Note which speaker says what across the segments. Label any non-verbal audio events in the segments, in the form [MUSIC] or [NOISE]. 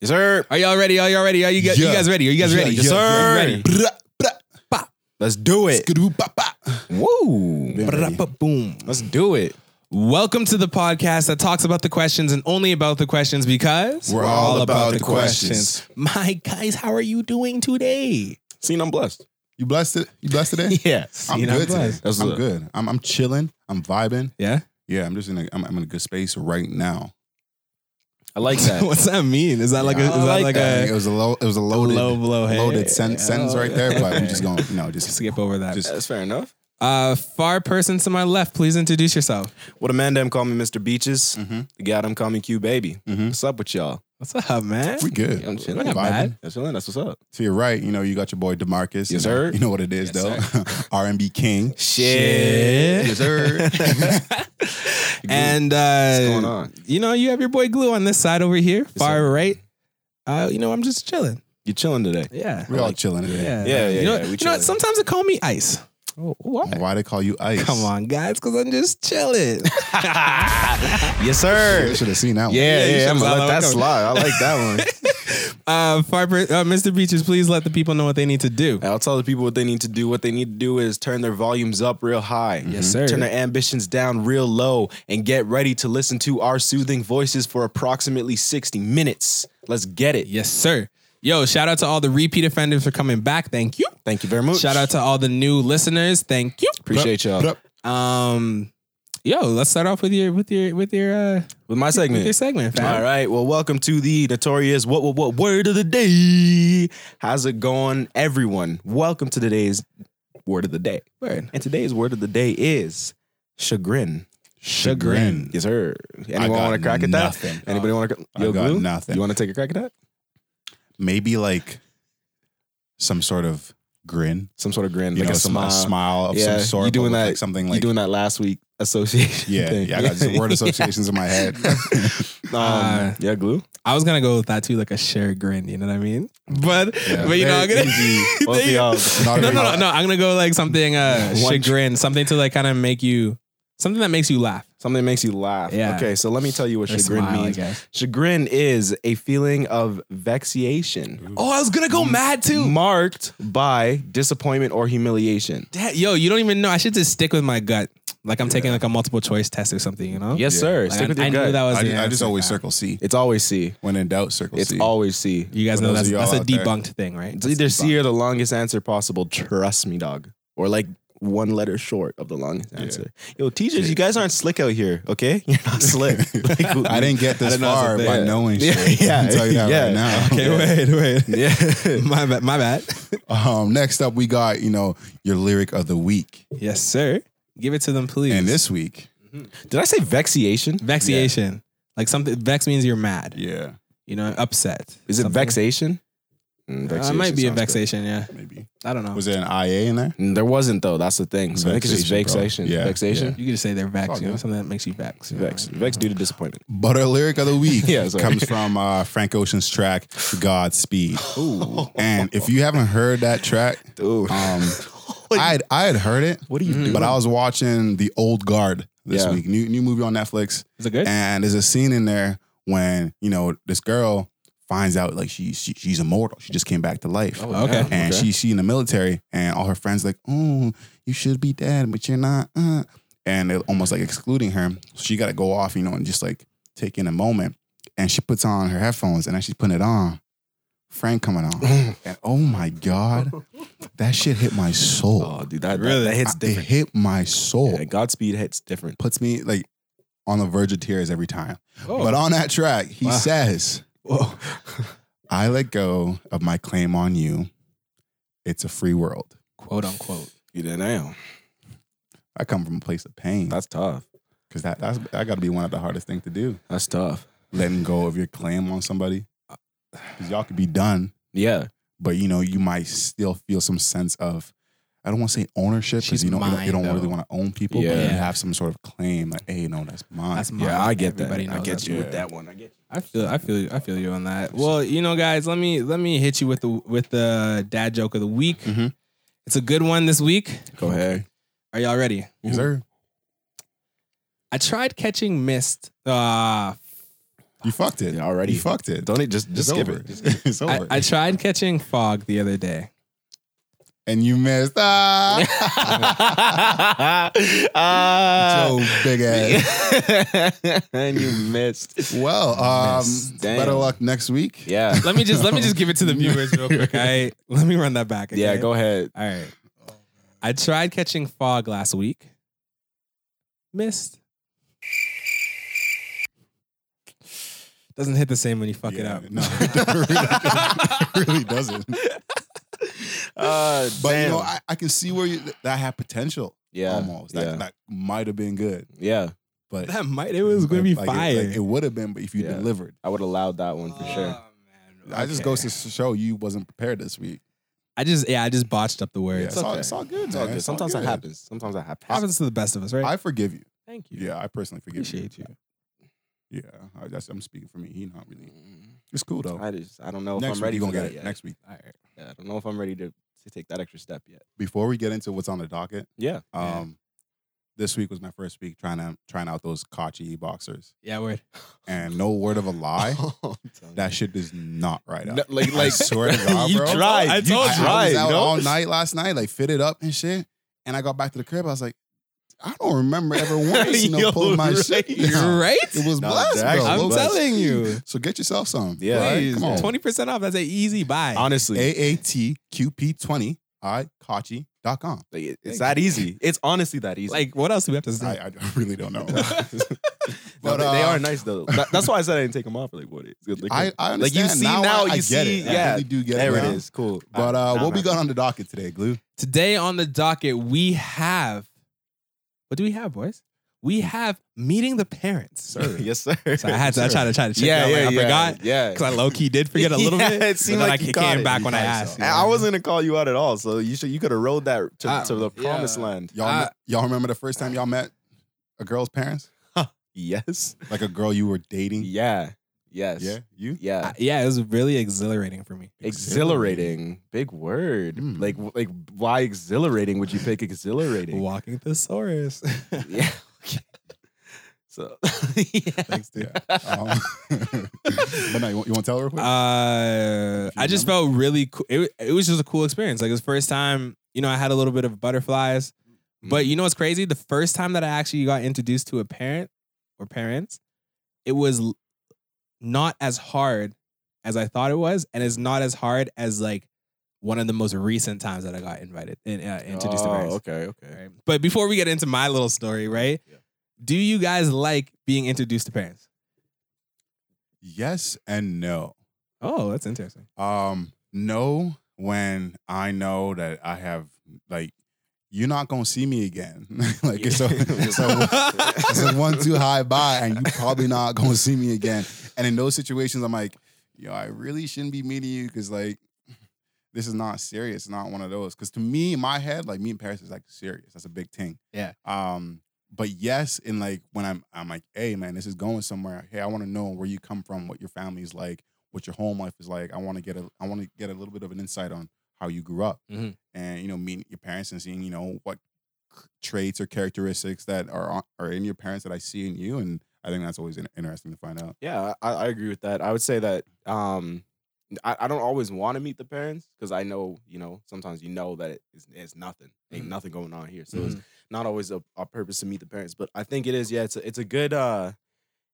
Speaker 1: Yes, sir.
Speaker 2: Are y'all ready? Are y'all ready? Are you, guys- you
Speaker 3: Yeah.
Speaker 2: guys ready? Are you guys
Speaker 3: Yeah,
Speaker 2: ready?
Speaker 3: yeah,
Speaker 1: Yes,
Speaker 3: yeah.
Speaker 1: sir.
Speaker 2: Ready.
Speaker 3: Brah, brah, bah.
Speaker 1: Let's do it.
Speaker 3: Skidoo, bah, bah.
Speaker 1: Woo.
Speaker 3: Yeah, ready.
Speaker 2: Boom.
Speaker 1: Let's do it.
Speaker 2: Welcome to the podcast that talks about the questions and only about the questions because
Speaker 3: We're all about the questions.
Speaker 2: My guys, how are you doing today?
Speaker 1: Seen I'm blessed.
Speaker 3: You blessed it? You blessed today?
Speaker 2: [LAUGHS] Yes.
Speaker 3: I'm good today.
Speaker 1: That's
Speaker 3: I'm
Speaker 1: a-
Speaker 3: good. I'm, I'm chilling. I'm vibing.
Speaker 2: Yeah.
Speaker 3: Yeah, I'm just in a, I'm, I'm in a good space right now.
Speaker 1: I like that.
Speaker 2: [LAUGHS] What's that mean? Is that like a,
Speaker 1: Yeah,
Speaker 2: is
Speaker 1: I
Speaker 2: that
Speaker 1: like
Speaker 2: like
Speaker 3: Dang,
Speaker 2: a
Speaker 3: it was a low it was a loaded
Speaker 2: low blow? Hey.
Speaker 3: loaded sen- sentence right there, but I'm
Speaker 2: Okay.
Speaker 3: just
Speaker 2: [LAUGHS]
Speaker 3: going no, just
Speaker 2: skip over that.
Speaker 3: Just-
Speaker 1: That's fair enough.
Speaker 2: uh, far person to my left, please introduce yourself.
Speaker 1: What a man damn call me Mr. Beaches.
Speaker 3: Mhm.
Speaker 1: The guy them call me Q Baby.
Speaker 3: Mhm.
Speaker 1: What's up with y'all?
Speaker 2: What's up, man?
Speaker 3: we good.
Speaker 1: I'm
Speaker 2: We're
Speaker 1: chilling.
Speaker 2: not
Speaker 3: vibing.
Speaker 2: bad.
Speaker 1: I'm chilling. That's what's up.
Speaker 3: To your right, you know, you got your boy Demarcus.
Speaker 1: Yes,
Speaker 3: you know,
Speaker 1: sir.
Speaker 3: You know what it is
Speaker 1: Yes,
Speaker 3: though. [LAUGHS] R and B King.
Speaker 2: Shit.
Speaker 3: Yes,
Speaker 2: [LAUGHS]
Speaker 3: sir.
Speaker 2: And uh,
Speaker 1: going on?
Speaker 2: you know, you have your boy Glue on this side over here, far
Speaker 1: sir.
Speaker 2: right. Uh, you know, I'm just chilling.
Speaker 1: You chilling today?
Speaker 2: Yeah.
Speaker 3: We're all chilling today.
Speaker 2: Yeah.
Speaker 1: Yeah, yeah,
Speaker 2: You know,
Speaker 1: yeah, we
Speaker 2: you know what?
Speaker 1: chilling.
Speaker 2: Sometimes they call me Ice. Oh, what?
Speaker 3: Why they call you Ice?
Speaker 2: Come on, guys, because I'm
Speaker 1: [LAUGHS]
Speaker 2: just [LAUGHS] chilling.
Speaker 1: Yes, sir.
Speaker 3: Should have seen that one.
Speaker 1: Yeah,
Speaker 2: Yeah, you
Speaker 1: yeah, I'm
Speaker 2: should've
Speaker 1: gonna let
Speaker 2: saw that
Speaker 1: that
Speaker 2: one
Speaker 1: slide. I like that one.
Speaker 2: [LAUGHS] uh, far per- uh, Mr. Beaches, please let the people know what they need to do.
Speaker 1: I'll tell the people what they need to do. What they need to do is turn their volumes up real high.
Speaker 2: Yes, sir.
Speaker 1: Turn their ambitions down real low and get ready to listen to our soothing voices for approximately 60 minutes. Let's get it.
Speaker 2: Yes, sir. Yo, shout out to all the repeat offenders for coming back. Thank you.
Speaker 1: Thank you very much.
Speaker 2: Shout out to all the new listeners. Thank you.
Speaker 1: Appreciate y'all.
Speaker 3: Brup.
Speaker 2: Um, yo, let's start off with your with your with your uh
Speaker 1: With my
Speaker 2: with your
Speaker 1: segment.
Speaker 2: segment, fam.
Speaker 1: All right. Well, welcome to the notorious what what what word of the day. How's it going, everyone? Welcome to today's word of the day.
Speaker 2: Word.
Speaker 1: And today's word of the day is chagrin.
Speaker 3: Chagrin.
Speaker 1: Yes, sir.
Speaker 3: I
Speaker 1: Anyone
Speaker 3: got
Speaker 1: want to crack at that?
Speaker 3: nothing.
Speaker 1: Anybody want to?
Speaker 3: I got nothing.
Speaker 1: You want to take a crack at that?
Speaker 3: Maybe like some sort of grin.
Speaker 1: Some sort of grin,
Speaker 3: You
Speaker 1: like
Speaker 3: know,
Speaker 1: a
Speaker 3: some
Speaker 1: smile.
Speaker 3: a smile of
Speaker 1: Yeah,
Speaker 3: some sort.
Speaker 1: you doing
Speaker 3: but with,
Speaker 1: that-
Speaker 3: like something
Speaker 1: you
Speaker 3: like
Speaker 1: doing that last week [LAUGHS] association?
Speaker 3: Yeah,
Speaker 1: thing.
Speaker 3: yeah, I got
Speaker 1: [LAUGHS]
Speaker 3: just word Ah. associations in my head. [LAUGHS]
Speaker 1: Yeah. Um,
Speaker 2: Uh,
Speaker 1: yeah, glue.
Speaker 2: I was gonna go with that too, like a shared grin. You know what I mean? But
Speaker 3: Yeah.
Speaker 2: but you know I'm
Speaker 3: Very
Speaker 2: gonna.
Speaker 3: easy.
Speaker 1: Both of
Speaker 2: [LAUGHS] There
Speaker 1: y'all.
Speaker 2: you- no, no, no, no. I'm gonna go like something uh
Speaker 1: One-
Speaker 2: chagrin, something to like kind of make you something that makes you laugh.
Speaker 1: Something that makes you laugh.
Speaker 2: Yeah.
Speaker 1: Okay, so let me tell you what
Speaker 2: or
Speaker 1: chagrin
Speaker 2: smile, I
Speaker 1: means.
Speaker 2: guess.
Speaker 1: Chagrin is a feeling of vexation
Speaker 2: Oh, I was gonna go mad too.
Speaker 1: marked by disappointment or humiliation.
Speaker 2: Dad, yo, you don't even know. I should just stick with my gut. Like I'm taking like a multiple choice test or something. You know?
Speaker 1: Yes, sir.
Speaker 2: Like,
Speaker 1: Stick
Speaker 2: I,
Speaker 1: with your
Speaker 2: I
Speaker 1: gut.
Speaker 2: knew that was.
Speaker 3: I
Speaker 2: the
Speaker 3: just, I just
Speaker 2: answer.
Speaker 3: always circle C.
Speaker 1: It's always C.
Speaker 3: When in doubt, circle
Speaker 1: It's
Speaker 3: C. [LAUGHS]
Speaker 1: always C.
Speaker 2: You guys
Speaker 3: For
Speaker 2: know
Speaker 3: those
Speaker 2: that's
Speaker 3: of y'all
Speaker 2: that's a
Speaker 3: out there.
Speaker 2: debunked thing, right?
Speaker 1: It's either C or the longest answer possible. Trust me, dog. Or like one letter short of the longest answer. Yo, teachers, you guys aren't slick out here, okay? [LAUGHS] You're not
Speaker 2: [LAUGHS]
Speaker 1: slick.
Speaker 3: I didn't get this
Speaker 1: I didn't know that's a
Speaker 3: far
Speaker 1: thing.
Speaker 3: by knowing
Speaker 1: Yeah,
Speaker 3: shit.
Speaker 1: yeah,
Speaker 3: I can tell you that
Speaker 1: yeah.
Speaker 3: right now.
Speaker 2: Okay, wait, wait.
Speaker 1: Yeah.
Speaker 2: my bad. My bad.
Speaker 3: [LAUGHS] Um, next up, we got you know your lyric of the week,
Speaker 2: yes, sir. Give it to them, please.
Speaker 3: and this week,
Speaker 1: Did I say vexation?
Speaker 2: vexation, like something vex means you're mad.
Speaker 3: yeah,
Speaker 2: You know, upset.
Speaker 1: Is it
Speaker 2: Something-
Speaker 1: vexation? Mm,
Speaker 2: Uh, it might be a
Speaker 1: sounds good.
Speaker 2: vexation. Yeah,
Speaker 3: maybe
Speaker 2: I don't know.
Speaker 3: was there an IA in there?
Speaker 1: Mm, There wasn't though. That's the thing. So I think it's just
Speaker 3: Vexation, bro.
Speaker 1: vexation.
Speaker 3: Yeah,
Speaker 1: Vexation.
Speaker 2: you could just say they're
Speaker 3: all
Speaker 2: vex. You know,
Speaker 3: good.
Speaker 2: something that makes you vex. you know
Speaker 1: Vex.
Speaker 2: what I mean?
Speaker 1: Vex due to disappointment. [LAUGHS]
Speaker 3: But our lyric of the [LAUGHS] week
Speaker 1: Yeah, sorry.
Speaker 3: comes from uh, Frank Ocean's track "Godspeed,"
Speaker 1: Oh,
Speaker 3: and if you haven't heard that track,
Speaker 1: [LAUGHS] Ooh.
Speaker 3: um, [LAUGHS] I I had heard it. What do you do? But I was watching The Old Guard this
Speaker 1: Yeah.
Speaker 3: week, new new movie on Netflix.
Speaker 2: Is it good?
Speaker 3: And there's a scene in there when you know this girl finds out like she, she she's immortal. She just came back to life.
Speaker 2: okay.
Speaker 1: yeah.
Speaker 3: And she she in the military, and all her friends like, oh, you should be dead, but you're not. Uh. And they're almost like excluding her. So she got to go off, you know, and just like take in a moment. And she puts on her headphones, and as she's putting it on, Frank coming on, and oh my god, that shit hit my soul.
Speaker 1: Oh, dude, that, that-
Speaker 2: Really?
Speaker 1: that hits
Speaker 3: I- it
Speaker 1: different.
Speaker 3: hit my soul.
Speaker 1: Yeah, Godspeed hits different.
Speaker 3: Puts me like on the verge of tears every time.
Speaker 2: Oh.
Speaker 3: But on that track, he
Speaker 2: Wow.
Speaker 3: says,
Speaker 2: Whoa.
Speaker 3: I let go of my claim on you. It's a free world.
Speaker 2: quote unquote.
Speaker 1: [LAUGHS] You didn't know.
Speaker 3: I come from a place of pain
Speaker 1: That's tough.
Speaker 3: because that, that's, that got to be one of the hardest things to do.
Speaker 1: That's tough.
Speaker 3: Letting go of your claim on somebody. Because y'all could be done,
Speaker 1: Yeah.
Speaker 3: but you know, you might still feel some sense of, I don't want to say ownership because
Speaker 2: She's
Speaker 3: you, don't- you don't,
Speaker 2: mine,
Speaker 3: you don't
Speaker 2: though.
Speaker 3: really want to own people, but
Speaker 1: Yeah.
Speaker 3: you have some sort of claim like, hey, no, that's mine.
Speaker 2: That's mine.
Speaker 1: Yeah, I get
Speaker 2: Everybody
Speaker 1: that. I
Speaker 2: knows
Speaker 1: get
Speaker 2: that.
Speaker 1: you with
Speaker 3: Yeah.
Speaker 1: that one. I get
Speaker 2: I feel I feel you- I feel you on that. Well, you know, guys, let me let me hit you with the with the dad joke of the week.
Speaker 3: Mhm.
Speaker 2: It's a good one this week.
Speaker 1: you. Go ahead.
Speaker 2: Are y'all ready?
Speaker 3: Yes, sir.
Speaker 2: I tried catching mist. Ah,
Speaker 3: You fucked it
Speaker 1: Yeah, already.
Speaker 3: You fucked it.
Speaker 1: Don't it just
Speaker 3: It's
Speaker 1: just skip
Speaker 3: over.
Speaker 1: it.
Speaker 3: it's
Speaker 2: I,
Speaker 3: over.
Speaker 2: I tried catching fog the other day.
Speaker 3: and you missed.
Speaker 1: [LAUGHS]
Speaker 3: Ah,
Speaker 1: Ah.
Speaker 3: so [LAUGHS] big ass.
Speaker 1: [LAUGHS] and you missed.
Speaker 3: Well, um,
Speaker 1: Missed. Damn.
Speaker 3: better luck next week.
Speaker 2: [LAUGHS]
Speaker 1: Yeah.
Speaker 2: Let me just let me just give it to the viewers real quick. I let me run that back. okay?
Speaker 1: Yeah, go
Speaker 2: [LAUGHS]
Speaker 1: ahead.
Speaker 2: All right.
Speaker 3: Oh,
Speaker 2: I tried catching fog last week. Missed. Doesn't hit the same when you fuck it
Speaker 3: Yeah,
Speaker 2: up.
Speaker 3: No, [LAUGHS] it really, really doesn't.
Speaker 1: Uh,
Speaker 3: But
Speaker 1: damn.
Speaker 3: you know, I, I can see where you, that had potential.
Speaker 1: yeah,
Speaker 3: almost. That,
Speaker 1: yeah,
Speaker 3: that might have been good,
Speaker 1: yeah.
Speaker 3: but
Speaker 2: [LAUGHS] That might it was gonna be
Speaker 3: like, like,
Speaker 2: fire. Oh,
Speaker 3: It, like, it would have been, but if you
Speaker 1: Yeah.
Speaker 3: delivered,
Speaker 1: I would allow that one for
Speaker 3: Uh,
Speaker 1: sure.
Speaker 3: I just
Speaker 2: Okay.
Speaker 3: goes to show you wasn't prepared this week.
Speaker 2: I just yeah, I just botched up the
Speaker 3: Yeah,
Speaker 2: words.
Speaker 3: it's, all,
Speaker 1: okay.
Speaker 3: it's all good.
Speaker 1: It's all
Speaker 3: man.
Speaker 1: good.
Speaker 3: It's all
Speaker 1: Sometimes that
Speaker 3: good.
Speaker 1: happens. Sometimes that happens.
Speaker 2: Happens to the best of us, right?
Speaker 3: I forgive you.
Speaker 2: Thank you.
Speaker 3: Yeah, I personally forgive
Speaker 2: Appreciate you.
Speaker 3: you. Yeah, I, that's, I'm speaking for me. He not really. It's cool though.
Speaker 1: Mm-hmm. I just I don't know
Speaker 3: Next
Speaker 1: if I'm
Speaker 3: week
Speaker 1: ready
Speaker 3: you
Speaker 1: for
Speaker 3: gonna get
Speaker 1: that
Speaker 3: it.
Speaker 1: yet.
Speaker 3: Next week.
Speaker 2: All right.
Speaker 1: Yeah, I don't know if I'm ready to, to take that extra step yet.
Speaker 3: Before we get into what's on the docket,
Speaker 1: Yeah,
Speaker 3: um,
Speaker 2: Yeah.
Speaker 3: this week was my first week trying to trying out those Kachi boxers,
Speaker 2: Yeah, word.
Speaker 3: and no
Speaker 1: [LAUGHS]
Speaker 3: word of a lie, that shit is not right up.
Speaker 1: Oh, No, like-
Speaker 3: I
Speaker 1: like-
Speaker 3: swear to
Speaker 1: [LAUGHS]
Speaker 2: [LAUGHS]
Speaker 3: God,
Speaker 1: you
Speaker 3: bro.
Speaker 1: tried.
Speaker 2: I
Speaker 1: You
Speaker 2: told
Speaker 3: I,
Speaker 2: you.
Speaker 3: I was
Speaker 1: tried.
Speaker 3: out
Speaker 1: no?
Speaker 3: all
Speaker 2: [LAUGHS]
Speaker 3: night last night, like fitted up and shit. And I got back to the crib. I was like, I don't
Speaker 1: [LAUGHS]
Speaker 3: remember ever once you know
Speaker 1: Yo,
Speaker 3: pulling my
Speaker 1: right.
Speaker 3: shit.
Speaker 1: You're
Speaker 3: down.
Speaker 2: right.
Speaker 3: It was
Speaker 1: No,
Speaker 3: blessed,
Speaker 1: that's
Speaker 3: bro.
Speaker 1: I'm
Speaker 3: Low
Speaker 1: blessed.
Speaker 2: telling you.
Speaker 3: So get yourself some.
Speaker 1: Yeah,
Speaker 3: all right?
Speaker 2: Please,
Speaker 3: come on.
Speaker 2: twenty percent off. That's an easy buy.
Speaker 1: Honestly,
Speaker 3: AATQP20 at Kachi.com.
Speaker 1: like, it- it's that easy. It's honestly that easy.
Speaker 2: like, what else do we have to
Speaker 3: I,
Speaker 2: say?
Speaker 3: I really don't [LAUGHS] know.
Speaker 1: [LAUGHS] No,
Speaker 3: but,
Speaker 1: they, they
Speaker 3: uh,
Speaker 1: are nice though. That- that's why I said I didn't take them off. Like, what? It's good. Like,
Speaker 3: I, I understand.
Speaker 1: Like, you see now,
Speaker 3: I, I
Speaker 1: you
Speaker 3: get
Speaker 1: see-
Speaker 3: it. I
Speaker 1: yeah.
Speaker 3: really do get
Speaker 1: there
Speaker 3: it.
Speaker 1: it
Speaker 3: now.
Speaker 1: is. Cool.
Speaker 3: But
Speaker 1: Ah,
Speaker 3: uh,
Speaker 1: nah,
Speaker 3: what we
Speaker 1: nah.
Speaker 3: got on the docket today, Glue?
Speaker 2: Today on the docket, we have what do we have, boys? We have meeting the parents.
Speaker 3: [LAUGHS]
Speaker 2: [LAUGHS]
Speaker 1: yes, Hmm. sir.
Speaker 2: So I had to I tried to try to check
Speaker 1: yeah,
Speaker 2: it out.
Speaker 1: yeah,
Speaker 2: like, I
Speaker 1: yeah, [LAUGHS]
Speaker 2: forgot.
Speaker 1: Yeah,
Speaker 2: Because I low key did forget a
Speaker 1: [LAUGHS]
Speaker 2: little
Speaker 1: Yeah,
Speaker 2: bit.
Speaker 1: it seemed
Speaker 2: but then
Speaker 1: like
Speaker 2: I
Speaker 1: you got
Speaker 2: came
Speaker 1: it.
Speaker 2: back
Speaker 3: You
Speaker 2: when I
Speaker 3: got it,
Speaker 2: asked.
Speaker 3: so.
Speaker 1: And I wasn't gonna call you out at all, so you should you could have rolled that to,
Speaker 2: Uh,
Speaker 1: to the promised
Speaker 2: yeah.
Speaker 1: land.
Speaker 3: Y'all,
Speaker 2: Uh,
Speaker 3: y'all remember the first time y'all met a girl's parents?
Speaker 1: Yes.
Speaker 3: Like a girl you were dating?
Speaker 1: Yeah. Yes.
Speaker 3: Yeah,
Speaker 1: [LAUGHS]
Speaker 3: you?
Speaker 1: Yeah.
Speaker 2: Uh, yeah, it was really exhilarating for me.
Speaker 1: exhilarating. Big word.
Speaker 2: Hmm.
Speaker 3: Mm.
Speaker 1: Like w- like why exhilarating? Would you pick exhilarating?
Speaker 2: Walking thesaurus.
Speaker 1: [LAUGHS] Yeah. okay. So [LAUGHS] yeah.
Speaker 3: Thanks, dude. Um, [LAUGHS] but no, you want, you want to tell her real quick?
Speaker 2: Uh,
Speaker 3: If you
Speaker 2: I just felt really cool. It, it was just a cool experience. Like, it was the first time, you know, I had a little bit of butterflies.
Speaker 1: Mm.
Speaker 2: But you know what's crazy? The first time that I actually got introduced to a parent or parents, it was l- not as hard as I thought it was, and it's not as hard as like one of the most recent times that I got invited and uh, introduced to
Speaker 1: oh,
Speaker 2: parents.
Speaker 1: okay, okay.
Speaker 2: Right? But before we get into my little story, right?
Speaker 1: Yeah.
Speaker 2: Do you guys like being introduced to parents?
Speaker 3: yes and no.
Speaker 2: Oh, that's interesting.
Speaker 3: Um, no, when I know that I have like you're not gonna see me again. [LAUGHS] like
Speaker 1: [LAUGHS]
Speaker 3: it's a, it's, a, it's a one two high bye, and you probably not gonna see me again. And in those situations, I'm like, yo, I really shouldn't be meeting you because like this is not serious. It's not one of those. Because to me, in my head, like meeting Paris is like serious. That's a big thing.
Speaker 2: Yeah.
Speaker 3: Um. But yes, in like when I'm, I'm like, hey man, this is going somewhere. Hey, I want to know where you come from, what your family's like, what your home life is like. I want to get a, I want to get a little bit of an insight on how you grew up,
Speaker 2: Mhm.
Speaker 3: and you know, meeting your parents and seeing, you know, what c- traits or characteristics that are on, are in your parents that I see in you, and I think that's always in- interesting to find out.
Speaker 1: Yeah, I, I agree with that. I would say that um, I, I don't always want to meet the parents because I know, you know, sometimes you know that it's, it's nothing, ain't
Speaker 2: Mhm.
Speaker 1: nothing going on here. So it's
Speaker 2: Mm-hmm.
Speaker 1: not always a, a purpose to meet the parents, but I think it is. Yeah, it's a, it's a good uh,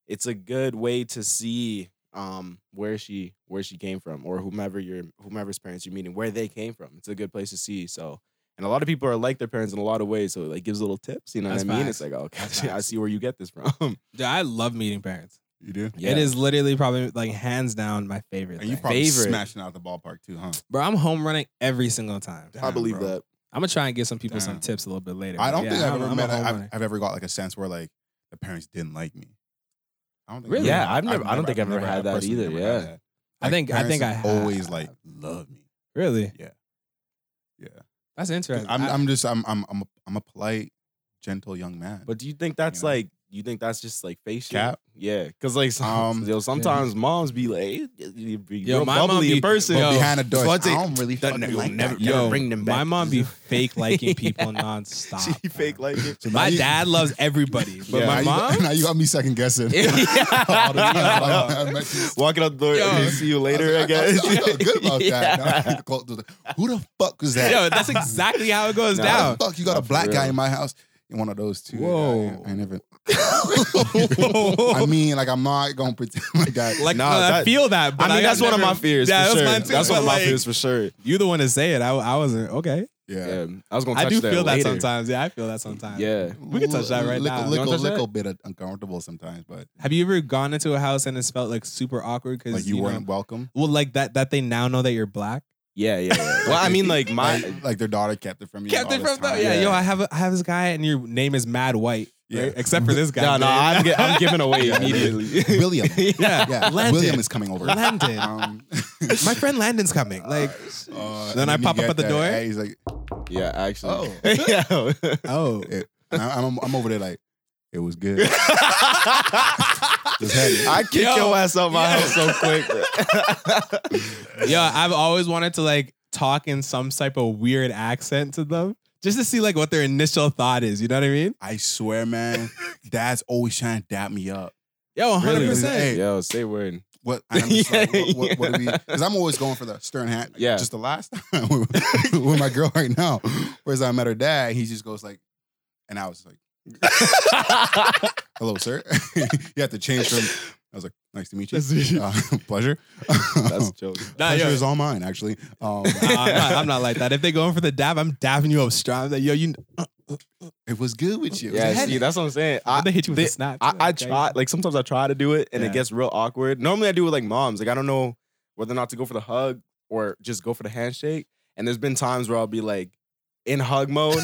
Speaker 1: it's a good way to see um where she where she came from or whomever your whomever's parents you're meeting where they came from. It's a good place to see. So. And a lot of people are like their parents in a lot of ways, so it like gives little tips. You know
Speaker 2: That's
Speaker 1: what I mean?
Speaker 2: facts.
Speaker 1: It's like, oh,
Speaker 2: That's
Speaker 1: okay, [LAUGHS] I
Speaker 2: facts.
Speaker 1: see where you get this from.
Speaker 2: Dude, I love meeting parents.
Speaker 3: You do,
Speaker 1: Yeah.
Speaker 2: It is literally probably like hands down my favorite.
Speaker 3: and you
Speaker 2: thing.
Speaker 3: probably
Speaker 1: Favorite.
Speaker 3: smashing out the ballpark too, huh?
Speaker 2: Bro, I'm home running every single time.
Speaker 1: I
Speaker 3: Damn,
Speaker 1: believe
Speaker 3: bro.
Speaker 1: that.
Speaker 2: I'm gonna try and give some people some
Speaker 3: Damn.
Speaker 2: tips a little bit later.
Speaker 3: I
Speaker 2: but
Speaker 3: don't
Speaker 2: yeah,
Speaker 3: think I've
Speaker 2: I'm-
Speaker 3: ever
Speaker 2: I'm a
Speaker 3: met.
Speaker 2: home
Speaker 3: I've,
Speaker 2: runner.
Speaker 3: I've ever got like a sense where like the parents didn't like me. I don't
Speaker 2: Really?
Speaker 1: Yeah, I've never- I don't think I've ever had that
Speaker 3: personally
Speaker 1: either,
Speaker 3: never had
Speaker 1: yeah.
Speaker 3: that.
Speaker 2: I think- I
Speaker 3: parents
Speaker 2: think I
Speaker 3: have
Speaker 2: ha- uh,
Speaker 3: always like love me.
Speaker 2: Really?
Speaker 3: Yeah,
Speaker 2: That's
Speaker 3: 'Cause
Speaker 2: interesting.
Speaker 3: I'm.
Speaker 2: I-
Speaker 3: I'm just. I'm. I'm. I'm a, I'm a polite, gentle young man.
Speaker 1: But do you think that's
Speaker 3: know?
Speaker 1: like you think that's just like face shit?
Speaker 3: Cap?
Speaker 1: Yeah, because like [LAUGHS] some,
Speaker 3: Um,
Speaker 1: yo, sometimes moms be like, "Hey, you be
Speaker 2: Yo,
Speaker 1: real
Speaker 2: my mom
Speaker 1: bubbly
Speaker 2: be-
Speaker 1: in person.
Speaker 2: Yo,
Speaker 3: but behind the door, I
Speaker 1: Swante-
Speaker 3: don't
Speaker 1: [LAUGHS]
Speaker 3: really
Speaker 1: that
Speaker 3: fucking
Speaker 1: nigga
Speaker 3: like
Speaker 1: never-
Speaker 3: that.
Speaker 2: Yo,
Speaker 1: bring them
Speaker 2: [LAUGHS] my
Speaker 1: back.
Speaker 2: mom
Speaker 1: [LAUGHS]
Speaker 2: be fake liking people
Speaker 1: she
Speaker 2: nonstop.
Speaker 1: fake like [LAUGHS] it.
Speaker 2: My dad loves everybody, but
Speaker 1: Yeah,
Speaker 2: my
Speaker 3: now
Speaker 2: mom.
Speaker 1: [LAUGHS]
Speaker 3: You [LAUGHS] got, now you got me second guessing.
Speaker 2: [LAUGHS]
Speaker 3: [LAUGHS] All the time, like, I met you-
Speaker 1: Walking out the door,
Speaker 2: Yo.
Speaker 1: okay, see you later. I,
Speaker 3: I, I,
Speaker 1: guess.
Speaker 3: I, [LAUGHS] felt
Speaker 1: [LAUGHS]
Speaker 3: good about
Speaker 1: Yeah.
Speaker 3: that. Now I get the call to the- Who the fuck was that?
Speaker 2: Yo, that's exactly how it goes
Speaker 1: Nah.
Speaker 2: down.
Speaker 3: fuck, you got
Speaker 1: Nah,
Speaker 3: a
Speaker 1: for
Speaker 3: black guy
Speaker 1: real.
Speaker 3: in my house. And one of those two.
Speaker 2: Whoa.
Speaker 3: I, I
Speaker 2: [LAUGHS]
Speaker 3: never. [LAUGHS] I mean, like I'm not gonna pretend [LAUGHS] like that.
Speaker 2: Like,
Speaker 1: Nah,
Speaker 2: uh, I
Speaker 1: that-
Speaker 2: feel that.
Speaker 1: I
Speaker 2: But
Speaker 1: mean,
Speaker 2: got
Speaker 1: that's one of
Speaker 2: never-
Speaker 1: my fears.
Speaker 2: Yeah,
Speaker 1: for
Speaker 2: that's
Speaker 1: sure.
Speaker 2: mine too.
Speaker 1: That's one
Speaker 2: but
Speaker 1: of my
Speaker 2: like,
Speaker 1: fears for sure.
Speaker 2: You the one to say it. I, I wasn't okay.
Speaker 3: yeah.
Speaker 1: Yeah, I was gonna.
Speaker 2: I
Speaker 1: Touch
Speaker 2: do feel that
Speaker 1: later.
Speaker 2: sometimes. Yeah, I feel that sometimes.
Speaker 1: Yeah,
Speaker 2: We can touch that right
Speaker 3: little,
Speaker 2: now. You
Speaker 3: Little,
Speaker 1: wanna touch
Speaker 3: little bit uncomfortable sometimes, but
Speaker 2: Have you ever gone into a house and it's felt like super awkward because
Speaker 3: like you, weren't welcome.
Speaker 2: well, like that that they now know that you're black.
Speaker 1: yeah, yeah. yeah. well, I mean, [LAUGHS] like my.
Speaker 3: like, like their daughter kept it from you.
Speaker 2: Captain
Speaker 3: all this
Speaker 2: from the,
Speaker 3: time.
Speaker 2: Oh, yeah,
Speaker 1: Yeah.
Speaker 2: yo, I have a, I have this guy and your name is Mad White,
Speaker 3: Yeah.
Speaker 2: right? except for this guy.
Speaker 1: [LAUGHS] No, no,
Speaker 2: man.
Speaker 1: I'm, gi- I'm
Speaker 2: [LAUGHS]
Speaker 1: giving away
Speaker 3: Yeah,
Speaker 1: immediately.
Speaker 3: William.
Speaker 2: yeah,
Speaker 3: Yeah,
Speaker 2: Landon.
Speaker 3: William is coming over.
Speaker 2: Landon.
Speaker 3: Um, [LAUGHS]
Speaker 2: My friend Landon's coming. [LAUGHS] Like,
Speaker 3: uh,
Speaker 2: Then
Speaker 3: and
Speaker 2: I
Speaker 3: you
Speaker 2: pop up
Speaker 3: get
Speaker 2: at the
Speaker 3: that,
Speaker 2: door.
Speaker 3: hey, he's like,
Speaker 1: yeah, actually. [LAUGHS]
Speaker 3: Oh.
Speaker 1: [LAUGHS]
Speaker 2: [LAUGHS]
Speaker 1: Yeah.
Speaker 2: oh,
Speaker 3: [LAUGHS] it, and I- I'm, I'm over there like, it was
Speaker 1: [LAUGHS]
Speaker 3: good. Just had it.
Speaker 1: I kick
Speaker 2: Yo.
Speaker 1: your ass out my
Speaker 2: Yeah.
Speaker 1: house so quick. [LAUGHS]
Speaker 2: yeah, I've always wanted to like talk in some type of weird accent to them, just to see like what their initial thought is. You know what I mean?
Speaker 3: I swear, man, dad's always trying to dap me up.
Speaker 2: Yo, hundred
Speaker 1: Really?
Speaker 2: percent.
Speaker 3: Hey.
Speaker 1: Yo, say [LAUGHS] word.
Speaker 3: What I'm just like,
Speaker 1: Yeah,
Speaker 3: what, what, what do
Speaker 1: [LAUGHS]
Speaker 3: we? Because I'm always going for the stern hat.
Speaker 1: Yeah.
Speaker 3: Just the last time [LAUGHS] with, with my girl right now, whereas I met her dad, he just goes like, and I was just like, "Hello, sir." [LAUGHS] you have to change from. I was like, "Nice to meet you." Uh, [LAUGHS] pleasure.
Speaker 1: That's
Speaker 3: [LAUGHS]
Speaker 1: Ah, a joke.
Speaker 2: Nah,
Speaker 3: pleasure
Speaker 2: yo.
Speaker 3: is all mine, actually.
Speaker 1: [LAUGHS]
Speaker 3: Um,
Speaker 2: Nah, I'm, not, I'm not like that. If they going for the dab, I'm dabbing you up strong. I'm Like, yo, you.
Speaker 3: it was good with you. It was
Speaker 1: Yeah,
Speaker 3: a
Speaker 1: see,
Speaker 3: headache.
Speaker 1: that's what I'm saying.
Speaker 2: I,
Speaker 1: I,
Speaker 2: they hit you with
Speaker 1: they-
Speaker 2: a snap.
Speaker 1: I,
Speaker 2: too,
Speaker 1: I
Speaker 2: okay?
Speaker 1: try, like, sometimes I try to do it and
Speaker 2: Yeah.
Speaker 1: it gets real awkward. Normally, I do it with like moms. Like, I don't know whether or not to go for the hug or just go for the handshake. And there's been times where I'll be like in hug [LAUGHS] mode.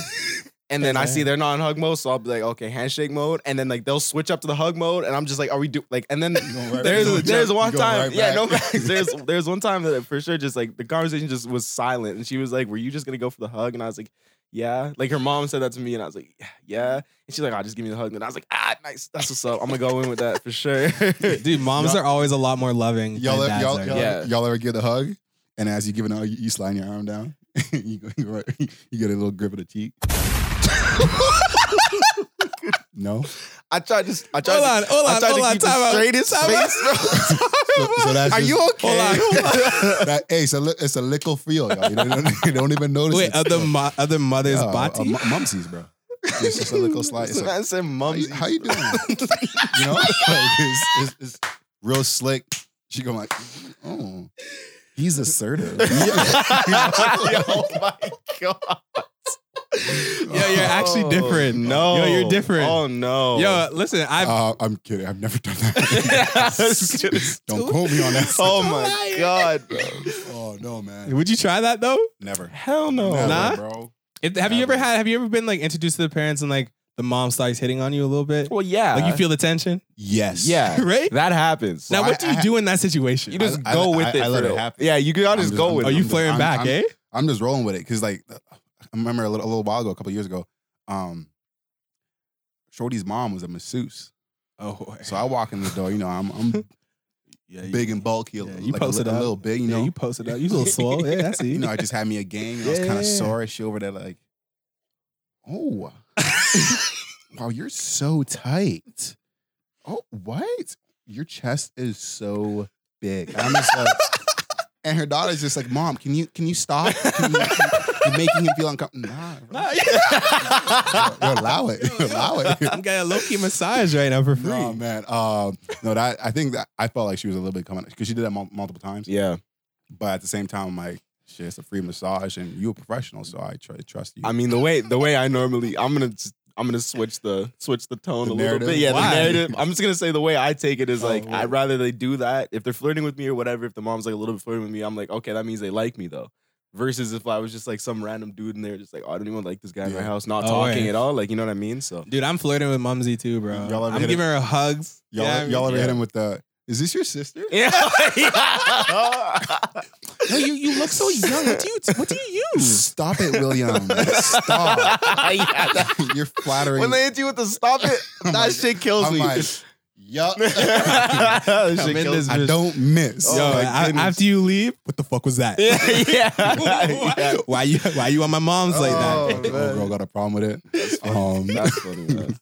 Speaker 1: And then I see they're not in hug mode, so I'll be like, okay, handshake mode. And then like they'll switch up to the hug mode, and I'm just like, are we do like? And then
Speaker 3: You
Speaker 1: [LAUGHS]
Speaker 3: going right-
Speaker 1: there's
Speaker 3: you going
Speaker 1: there's
Speaker 3: right-
Speaker 1: one
Speaker 3: you going
Speaker 1: time,
Speaker 3: right
Speaker 1: yeah, no
Speaker 3: back.
Speaker 1: [LAUGHS] facts. There's there's one time that for sure, just like the conversation just was silent, and she was like, "Were you just gonna go for the hug?" And I was like, "Yeah." Like her mom said that to me, and I was like, "Yeah." And she's like, "Ah, just give me the hug." And I was like, "Ah, nice. That's what's up. I'm gonna go in with that for sure."
Speaker 2: Dude, moms
Speaker 1: No.
Speaker 2: are always a lot more loving.
Speaker 3: y'all,
Speaker 2: than
Speaker 3: ever,
Speaker 2: dads
Speaker 3: y'all,
Speaker 2: are.
Speaker 3: y'all,
Speaker 1: Yeah.
Speaker 3: y'all ever give the hug, and as you give it, a hug, you, you slide your arm down. [LAUGHS] you, go, you, go right- you get a little grip of the cheek. [LAUGHS] no,
Speaker 1: [LAUGHS] I tried to, I tried
Speaker 2: Hold on,
Speaker 1: to,
Speaker 2: hold
Speaker 1: I
Speaker 2: on,
Speaker 1: tried
Speaker 2: hold
Speaker 1: to
Speaker 2: on.
Speaker 1: keep
Speaker 2: time
Speaker 1: the
Speaker 2: out,
Speaker 1: straightest
Speaker 2: time out.
Speaker 1: [LAUGHS] face, bro.
Speaker 3: so, so that's
Speaker 1: Are
Speaker 3: just-
Speaker 1: you okay?
Speaker 2: Hold on,
Speaker 1: [LAUGHS]
Speaker 3: That, hey, it's a li- it's a lickle feel, y'all. You don't, you don't even notice.
Speaker 2: Wait,
Speaker 3: it.
Speaker 2: other mo- other mothers'
Speaker 3: Yeah,
Speaker 2: body.
Speaker 3: uh, mu- mumsies, bro. It's just a
Speaker 2: [LAUGHS]
Speaker 3: lickle slide. It's
Speaker 1: So
Speaker 3: like,
Speaker 1: I said,
Speaker 3: how you,
Speaker 1: "Mumsy."
Speaker 3: how you doing? you know, like it's, it's, it's real slick. She going like, oh, he's assertive.
Speaker 1: [LAUGHS] Yo, my god.
Speaker 2: Yo, you're actually different.
Speaker 1: Oh, No.
Speaker 2: Yo, you're different.
Speaker 1: Oh no. [LAUGHS]
Speaker 2: Yo, listen, I've
Speaker 3: Uh, I'm kidding. I've never done
Speaker 2: [LAUGHS]
Speaker 3: that.
Speaker 1: I was just-
Speaker 3: Don't quote me on
Speaker 1: [LAUGHS]
Speaker 3: that.
Speaker 1: oh my
Speaker 2: Liar.
Speaker 1: god, bro.
Speaker 3: [LAUGHS] Oh no, man.
Speaker 2: would you try that though?
Speaker 3: Never.
Speaker 1: Hell no.
Speaker 3: Never,
Speaker 2: Nah?
Speaker 3: bro.
Speaker 2: If, have you ever
Speaker 3: Never.
Speaker 2: had? Have you ever been like introduced to the parents and like the mom starts hitting on you a little bit?
Speaker 1: Well, yeah.
Speaker 2: Like you feel the tension, [LAUGHS]
Speaker 3: Yes.
Speaker 1: [LAUGHS] Yeah.
Speaker 2: right?
Speaker 1: that happens.
Speaker 2: now,
Speaker 3: Well,
Speaker 2: what
Speaker 3: I-
Speaker 2: do you
Speaker 3: I-
Speaker 2: do in that situation?
Speaker 1: you just
Speaker 3: I-
Speaker 1: go
Speaker 3: I-
Speaker 1: with
Speaker 3: I-
Speaker 1: it.
Speaker 3: I let
Speaker 1: for
Speaker 3: it
Speaker 1: the-
Speaker 3: happen.
Speaker 1: Yeah, you gotta just
Speaker 3: I'm
Speaker 1: go
Speaker 3: just-
Speaker 1: with
Speaker 2: Are
Speaker 1: it.
Speaker 2: you
Speaker 3: I'm-
Speaker 2: flaring
Speaker 3: I'm-
Speaker 2: back,
Speaker 3: I'm-
Speaker 2: eh?
Speaker 3: I'm just rolling with it because, like, I remember a little, a little while ago, a couple years ago, um, Shorty's mom was a masseuse.
Speaker 2: Oh,
Speaker 3: So I walk in the door. You know, I'm,
Speaker 2: [LAUGHS]
Speaker 3: I'm
Speaker 2: yeah,
Speaker 3: big and bulky.
Speaker 2: yeah,
Speaker 3: like
Speaker 2: you
Speaker 3: a,
Speaker 2: posted
Speaker 3: li- a
Speaker 2: up.
Speaker 3: little big. You
Speaker 2: You,
Speaker 3: know,
Speaker 2: yeah, you posted up. You a little swole. Yeah, I
Speaker 3: [LAUGHS]
Speaker 2: see.
Speaker 3: you know, I just had me a game. You know, I was
Speaker 2: Yeah,
Speaker 3: kind of
Speaker 2: yeah, yeah.
Speaker 3: sore. She over there like,
Speaker 2: [LAUGHS]
Speaker 3: oh, wow, you're so tight. Oh, what? Your chest is
Speaker 2: [LAUGHS]
Speaker 3: so
Speaker 1: [LAUGHS]
Speaker 3: big. And I'm just like, and her daughter's just like, mom, can you can you stop? Can you, are making him feel uncomfortable. Nah,
Speaker 2: [LAUGHS]
Speaker 3: bro.
Speaker 2: Nah,
Speaker 3: Yo, yo, allow it. [LAUGHS] allow it.
Speaker 2: [LAUGHS] I'm getting a low key massage right now for free.
Speaker 3: No man, um, no. That I think that I felt like she was a little bit coming because she did that mul- multiple times.
Speaker 1: Yeah.
Speaker 3: But at the same time, I'm like, shit, it's a free massage, and you're a professional, so I try trust you.
Speaker 1: I mean the way the way I normally I'm gonna just- I'm gonna switch the switch the tone a
Speaker 3: The
Speaker 1: little
Speaker 3: narrative?
Speaker 1: bit. Yeah,
Speaker 2: Why?
Speaker 1: the narrative. I'm just gonna say the way I take it is
Speaker 3: Oh,
Speaker 1: like
Speaker 3: well.
Speaker 1: I'd rather they do that if they're flirting with me or whatever. If the mom's like a little bit flirting with me, I'm like, okay, that means they like me though. Versus if I was just like some random dude in there, just like oh, I don't even like this guy in my
Speaker 3: Yeah.
Speaker 1: house, not
Speaker 2: Oh,
Speaker 1: talking
Speaker 2: yeah.
Speaker 1: at all. Like you know what I mean? So [LAUGHS]
Speaker 2: Dude, I'm flirting with Mumsy too, bro.
Speaker 3: Y'all ever
Speaker 2: I'm
Speaker 3: hit
Speaker 2: giving her hugs.
Speaker 3: y'all,
Speaker 2: Yeah, I mean-
Speaker 3: y'all ever
Speaker 1: yeah.
Speaker 3: hit him with the? Is this your sister?
Speaker 1: yeah.
Speaker 3: [LAUGHS]
Speaker 2: No, you, you look so young. What do you what do you
Speaker 3: Hmm, Stop it, William.
Speaker 1: [LAUGHS]
Speaker 3: Stop.
Speaker 1: Yeah, that-
Speaker 3: You're flattering.
Speaker 1: when they hit you with the stop it,
Speaker 3: I'm
Speaker 1: that
Speaker 3: like-
Speaker 1: shit kills
Speaker 3: I'm
Speaker 1: me. [LAUGHS]
Speaker 3: like, [LAUGHS] yup.
Speaker 1: That
Speaker 2: I'm
Speaker 1: shit
Speaker 2: in
Speaker 1: kills
Speaker 2: this
Speaker 1: me.
Speaker 3: I don't miss.
Speaker 2: Yo,
Speaker 1: Oh my
Speaker 2: a-
Speaker 1: goodness.
Speaker 2: after you leave, what the fuck was
Speaker 1: [LAUGHS]
Speaker 2: that?
Speaker 1: yeah, [LAUGHS] yeah.
Speaker 2: why you why you on my mom's like
Speaker 1: Oh,
Speaker 2: that?
Speaker 3: Like, oh,
Speaker 1: man.
Speaker 3: girl got a problem with it. Um,
Speaker 1: That's funny. Man.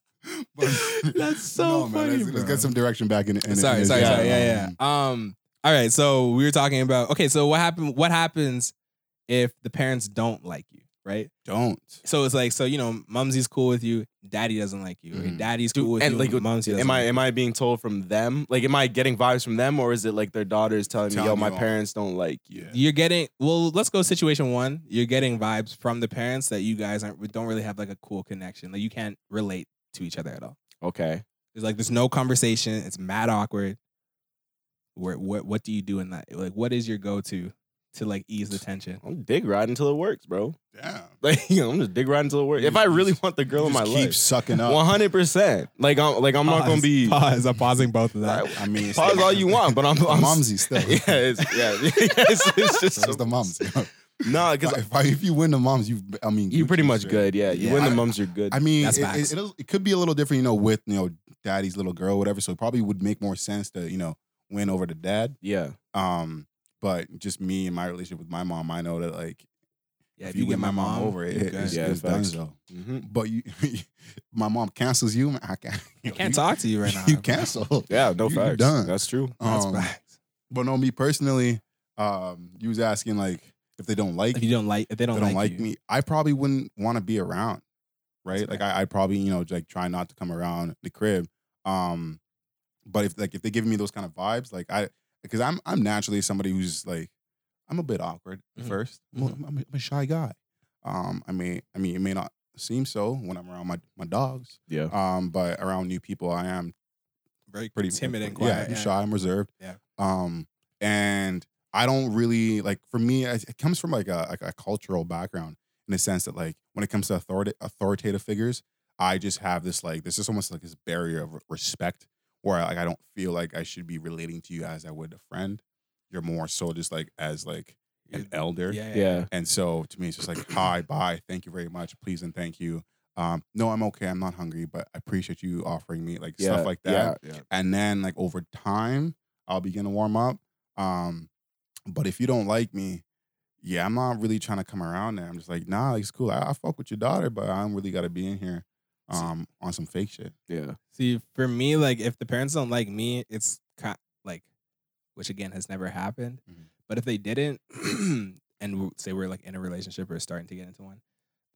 Speaker 3: but-
Speaker 2: That's so
Speaker 3: man,
Speaker 2: funny,
Speaker 3: Let's, let's
Speaker 2: bro.
Speaker 3: get some direction back in. in in
Speaker 2: sorry,
Speaker 3: this
Speaker 2: sorry,
Speaker 3: genre.
Speaker 2: sorry. Yeah, yeah. Um. All right. So we were talking about. Okay. So what happened? What happens if the parents don't like you? Right.
Speaker 3: Don't.
Speaker 2: So it's like. So you know, mumsy's cool with you. Daddy doesn't like you. Or
Speaker 3: Mhm.
Speaker 2: daddy's cool with
Speaker 1: and
Speaker 2: you.
Speaker 1: like,
Speaker 2: mumsy doesn't.
Speaker 1: Am I
Speaker 2: like
Speaker 1: am I being told from them? Like, am I getting vibes from them, or is it like their daughter is telling me,
Speaker 3: Telling
Speaker 1: "Yo, my
Speaker 3: you all.
Speaker 1: parents don't like you."
Speaker 3: Yeah.
Speaker 2: you. You're getting. Well, let's go situation one. You're getting vibes from the parents that you guys aren't. Don't really have like a cool connection. Like you can't relate to each other at all.
Speaker 1: Okay.
Speaker 2: It's like there's no conversation. It's mad awkward. Where what what do you do in that? Like what is your go to to like ease the tension?
Speaker 1: I'm dig riding until it works, bro. [LAUGHS]
Speaker 3: Damn.
Speaker 1: Like, you know, I'm just dig riding until it works.
Speaker 3: You
Speaker 1: If I really
Speaker 3: just-
Speaker 1: want the girl
Speaker 3: You
Speaker 1: in my
Speaker 3: just keep
Speaker 1: life,
Speaker 3: sucking up. [LAUGHS]
Speaker 1: one hundred percent. Like, I'm like I'm not gonna
Speaker 2: Pause,
Speaker 1: be [LAUGHS] pause,
Speaker 2: [LAUGHS] pause. I'm pausing both of that.
Speaker 3: I mean, it's the-
Speaker 1: all you want, but I'm,
Speaker 3: [LAUGHS] the
Speaker 1: I'm
Speaker 3: mumsy still.
Speaker 1: [LAUGHS] Yeah,
Speaker 3: [LAUGHS]
Speaker 1: it's, yeah, [LAUGHS] it's, it's just
Speaker 3: So it's
Speaker 1: [LAUGHS]
Speaker 3: the mums.
Speaker 1: no, because
Speaker 3: if, I- if you win the moms, you I mean
Speaker 1: you're pretty
Speaker 3: Gucci's
Speaker 1: much
Speaker 3: straight.
Speaker 1: good. Yeah, you
Speaker 2: Yeah.
Speaker 1: win the
Speaker 3: I-
Speaker 1: mums, you're good.
Speaker 3: I mean,
Speaker 2: That's
Speaker 3: it,
Speaker 2: facts.
Speaker 3: it, it'll- it could be a little different, you know, with you know daddy's little girl, whatever. So it probably would make more sense to you know win over the dad.
Speaker 1: yeah,
Speaker 3: Um, but just me and my relationship with my mom, I know that like
Speaker 2: Yeah, if you, get
Speaker 3: win
Speaker 2: my mom, over
Speaker 3: it,
Speaker 2: it,
Speaker 3: it's,
Speaker 1: Yeah,
Speaker 3: it's done.
Speaker 1: facts.
Speaker 3: So,
Speaker 1: hmm
Speaker 3: but you, [LAUGHS] my mom cancels you. man, I can't. [LAUGHS]
Speaker 2: you can't talk to you right now.
Speaker 3: You cancel.
Speaker 1: yeah, no
Speaker 3: You
Speaker 1: facts.
Speaker 3: done.
Speaker 1: That's true.
Speaker 2: That's
Speaker 3: Um,
Speaker 2: facts.
Speaker 3: but no, me personally, um, you was asking like if they don't like
Speaker 2: If you don't like, if they don't,
Speaker 3: they don't
Speaker 2: like,
Speaker 3: like,
Speaker 2: you,
Speaker 3: me, I probably wouldn't want to be around, right? Like I, I probably you know like try not to come around the crib. Um, but if like if they give me those kind of vibes, like I because I'm I'm naturally somebody who's like I'm a bit awkward at
Speaker 2: Mhm.
Speaker 3: 1st i I'm, I'm a shy guy. Um, I mean I mean it may not seem so when I'm around my my dogs.
Speaker 1: Yeah.
Speaker 3: Um, but around new people, I am
Speaker 2: very
Speaker 3: pretty
Speaker 2: timid and
Speaker 3: yeah,
Speaker 2: quiet.
Speaker 3: I'm shy. I'm reserved.
Speaker 2: Yeah.
Speaker 3: Um, and I don't really like. For me, it it comes from like a like a cultural background in the sense that like when it comes to authority authoritative figures, I just have this like this is almost like this barrier of respect where like I don't feel like I should be relating to you as I would a friend. You're more so just like as like an elder.
Speaker 2: Yeah, yeah.
Speaker 1: Yeah,
Speaker 3: And so to me, it's just like,
Speaker 2: [CLEARS THROAT]
Speaker 3: hi, bye, thank you very much, please and thank you. Um, no, I'm okay. I'm not hungry, but I appreciate you offering me like
Speaker 1: yeah,
Speaker 3: stuff like that
Speaker 1: Yeah, yeah.
Speaker 3: and then like over time i'll begin to warm up um but if you don't like me yeah i'm not really trying to come around there i'm just like nah it's cool i, I fuck with your daughter but i don't really gotta be in here um on some fake shit
Speaker 1: yeah.
Speaker 2: See, for me, like if the parents don't like me, it's kind like, which again has never happened.
Speaker 3: Mhm.
Speaker 2: But if they didn't, [CLEARS THROAT] and w- say we're like in a relationship or starting to get into one,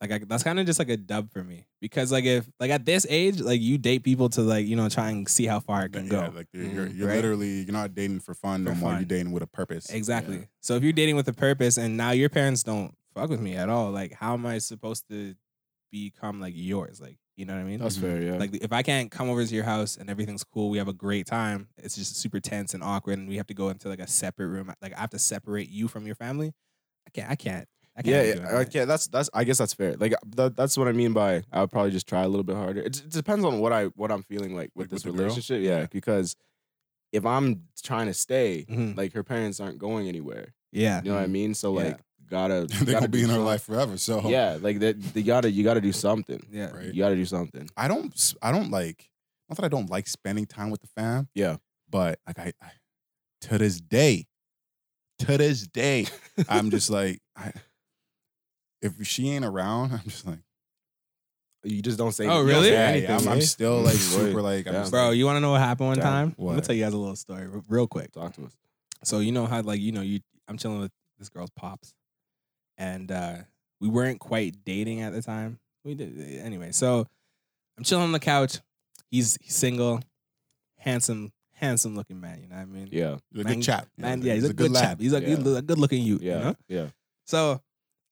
Speaker 2: like I, that's kind of just like a dub for me because like if like at this age, like you date people to like you know try and see how far it can go.
Speaker 3: yeah, like you're, you're, you're
Speaker 2: Right.
Speaker 3: literally you're not dating for fun no
Speaker 2: For
Speaker 3: more you're
Speaker 2: fun.
Speaker 3: dating with a purpose
Speaker 2: Exactly.
Speaker 3: Yeah.
Speaker 2: So if you're dating with a purpose and now your parents don't fuck with me at all, like how am I supposed to become like yours? Like, you know what I mean?
Speaker 3: Mm-hmm.
Speaker 1: That's fair. Yeah.
Speaker 2: like if I can't come over to your house and everything's cool, we have a great time. It's just super tense and awkward and we have to go into like a separate room. Like I have to separate you from your family. I can't I can't. I can't
Speaker 1: yeah,
Speaker 2: be
Speaker 1: yeah,
Speaker 2: doing
Speaker 1: I-
Speaker 2: that.
Speaker 1: yeah. That's that's. I guess that's fair. Like that, that's what I mean by I would probably just try a little bit harder. It, it depends on what I what I'm feeling like with
Speaker 3: Like,
Speaker 1: this
Speaker 3: with the girl?
Speaker 1: relationship. Yeah, because if I'm trying to stay,
Speaker 2: Mhm.
Speaker 1: like her parents aren't going anywhere.
Speaker 2: Yeah.
Speaker 1: You know what I
Speaker 3: Mhm.
Speaker 1: mean? So
Speaker 2: Yeah.
Speaker 1: like,
Speaker 3: [LAUGHS]
Speaker 1: gotta
Speaker 3: [LAUGHS] they're
Speaker 1: gotta
Speaker 3: gonna be
Speaker 1: do
Speaker 3: in her
Speaker 1: some-
Speaker 3: life forever so
Speaker 1: Yeah, like that. They gotta you gotta do something.
Speaker 2: Yeah.
Speaker 3: right
Speaker 1: You gotta do something.
Speaker 3: i don't s- i don't like not that i don't like spending time with the fam
Speaker 1: Yeah.
Speaker 3: but like I, I to this day, to this
Speaker 2: [LAUGHS]
Speaker 3: day, I'm just like, I, if she ain't around, [LAUGHS] I'm just like,
Speaker 1: You just don't say.
Speaker 2: Oh,
Speaker 1: you don't
Speaker 2: really?
Speaker 1: say
Speaker 3: yeah,
Speaker 1: anything,
Speaker 3: yeah, I'm, I'm
Speaker 1: eh?
Speaker 2: Mm-hmm.
Speaker 3: still like
Speaker 1: Mm,
Speaker 3: super
Speaker 1: word.
Speaker 3: like, I'm
Speaker 1: Yeah.
Speaker 3: just
Speaker 2: Bro,
Speaker 3: like,
Speaker 2: you wanna know what happened one
Speaker 1: Damn.
Speaker 2: time? I'm gonna
Speaker 3: What?
Speaker 2: tell you guys a little story r- real quick.
Speaker 1: Talk to us.
Speaker 2: So you know how like you know you I'm chilling with this girl's pops, and uh we weren't quite dating at the time. We did eh, anyway. So I'm chilling on the couch. He's he's single, handsome, handsome looking man. You know what I mean?
Speaker 1: Yeah,
Speaker 3: you're a
Speaker 2: man,
Speaker 3: good chap.
Speaker 2: Man, yeah, he's, a, good,
Speaker 3: lad.
Speaker 2: chap. He's a,
Speaker 1: Yeah.
Speaker 2: good, good looking you.
Speaker 1: yeah,
Speaker 2: You know?
Speaker 1: yeah.
Speaker 2: So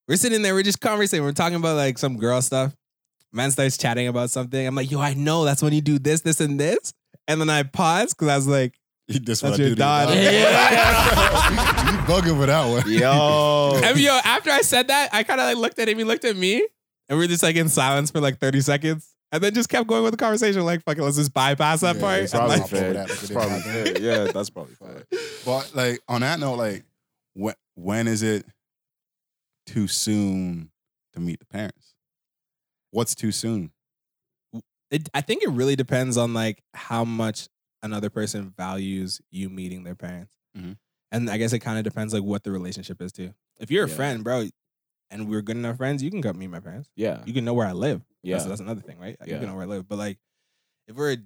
Speaker 2: we're sitting there, we're just conversing, we're talking about like some girl stuff. Man starts chatting about something. I'm like, yo, I know that's when you do this, this, and this. And then I pause because I was like,
Speaker 3: [LAUGHS] That's what
Speaker 2: That's
Speaker 3: I
Speaker 2: your
Speaker 3: do to
Speaker 2: [LAUGHS] daughter.
Speaker 1: Yeah.
Speaker 3: you bugging with that one.
Speaker 2: [LAUGHS]
Speaker 1: Yo.
Speaker 2: And yo, after I said that, I kind of like looked at him. He looked at me, and we are just like in silence for like thirty seconds, and then just kept going with the conversation. Like, fucking, let's just bypass that
Speaker 3: Yeah,
Speaker 2: part.
Speaker 3: it's
Speaker 2: I'm [LAUGHS]
Speaker 1: probably
Speaker 2: like-
Speaker 1: fair.
Speaker 3: Like-
Speaker 1: That's probably fair. Yeah, that's
Speaker 2: [LAUGHS]
Speaker 1: probably fair.
Speaker 3: But like on that note, like when when is it too soon to meet the parents? What's too soon?
Speaker 2: It, I think it really depends on like how much another person values you meeting their parents,
Speaker 3: Mhm.
Speaker 2: and I guess it kind of depends like what the relationship is too. If you're a
Speaker 1: Yeah.
Speaker 2: friend, bro, and we're good enough friends, you can come meet my parents.
Speaker 1: Yeah.
Speaker 2: You can know where I live.
Speaker 1: Yeah.
Speaker 2: That's, that's another thing, right? You
Speaker 1: Yeah.
Speaker 2: can know where I live. But like, if we're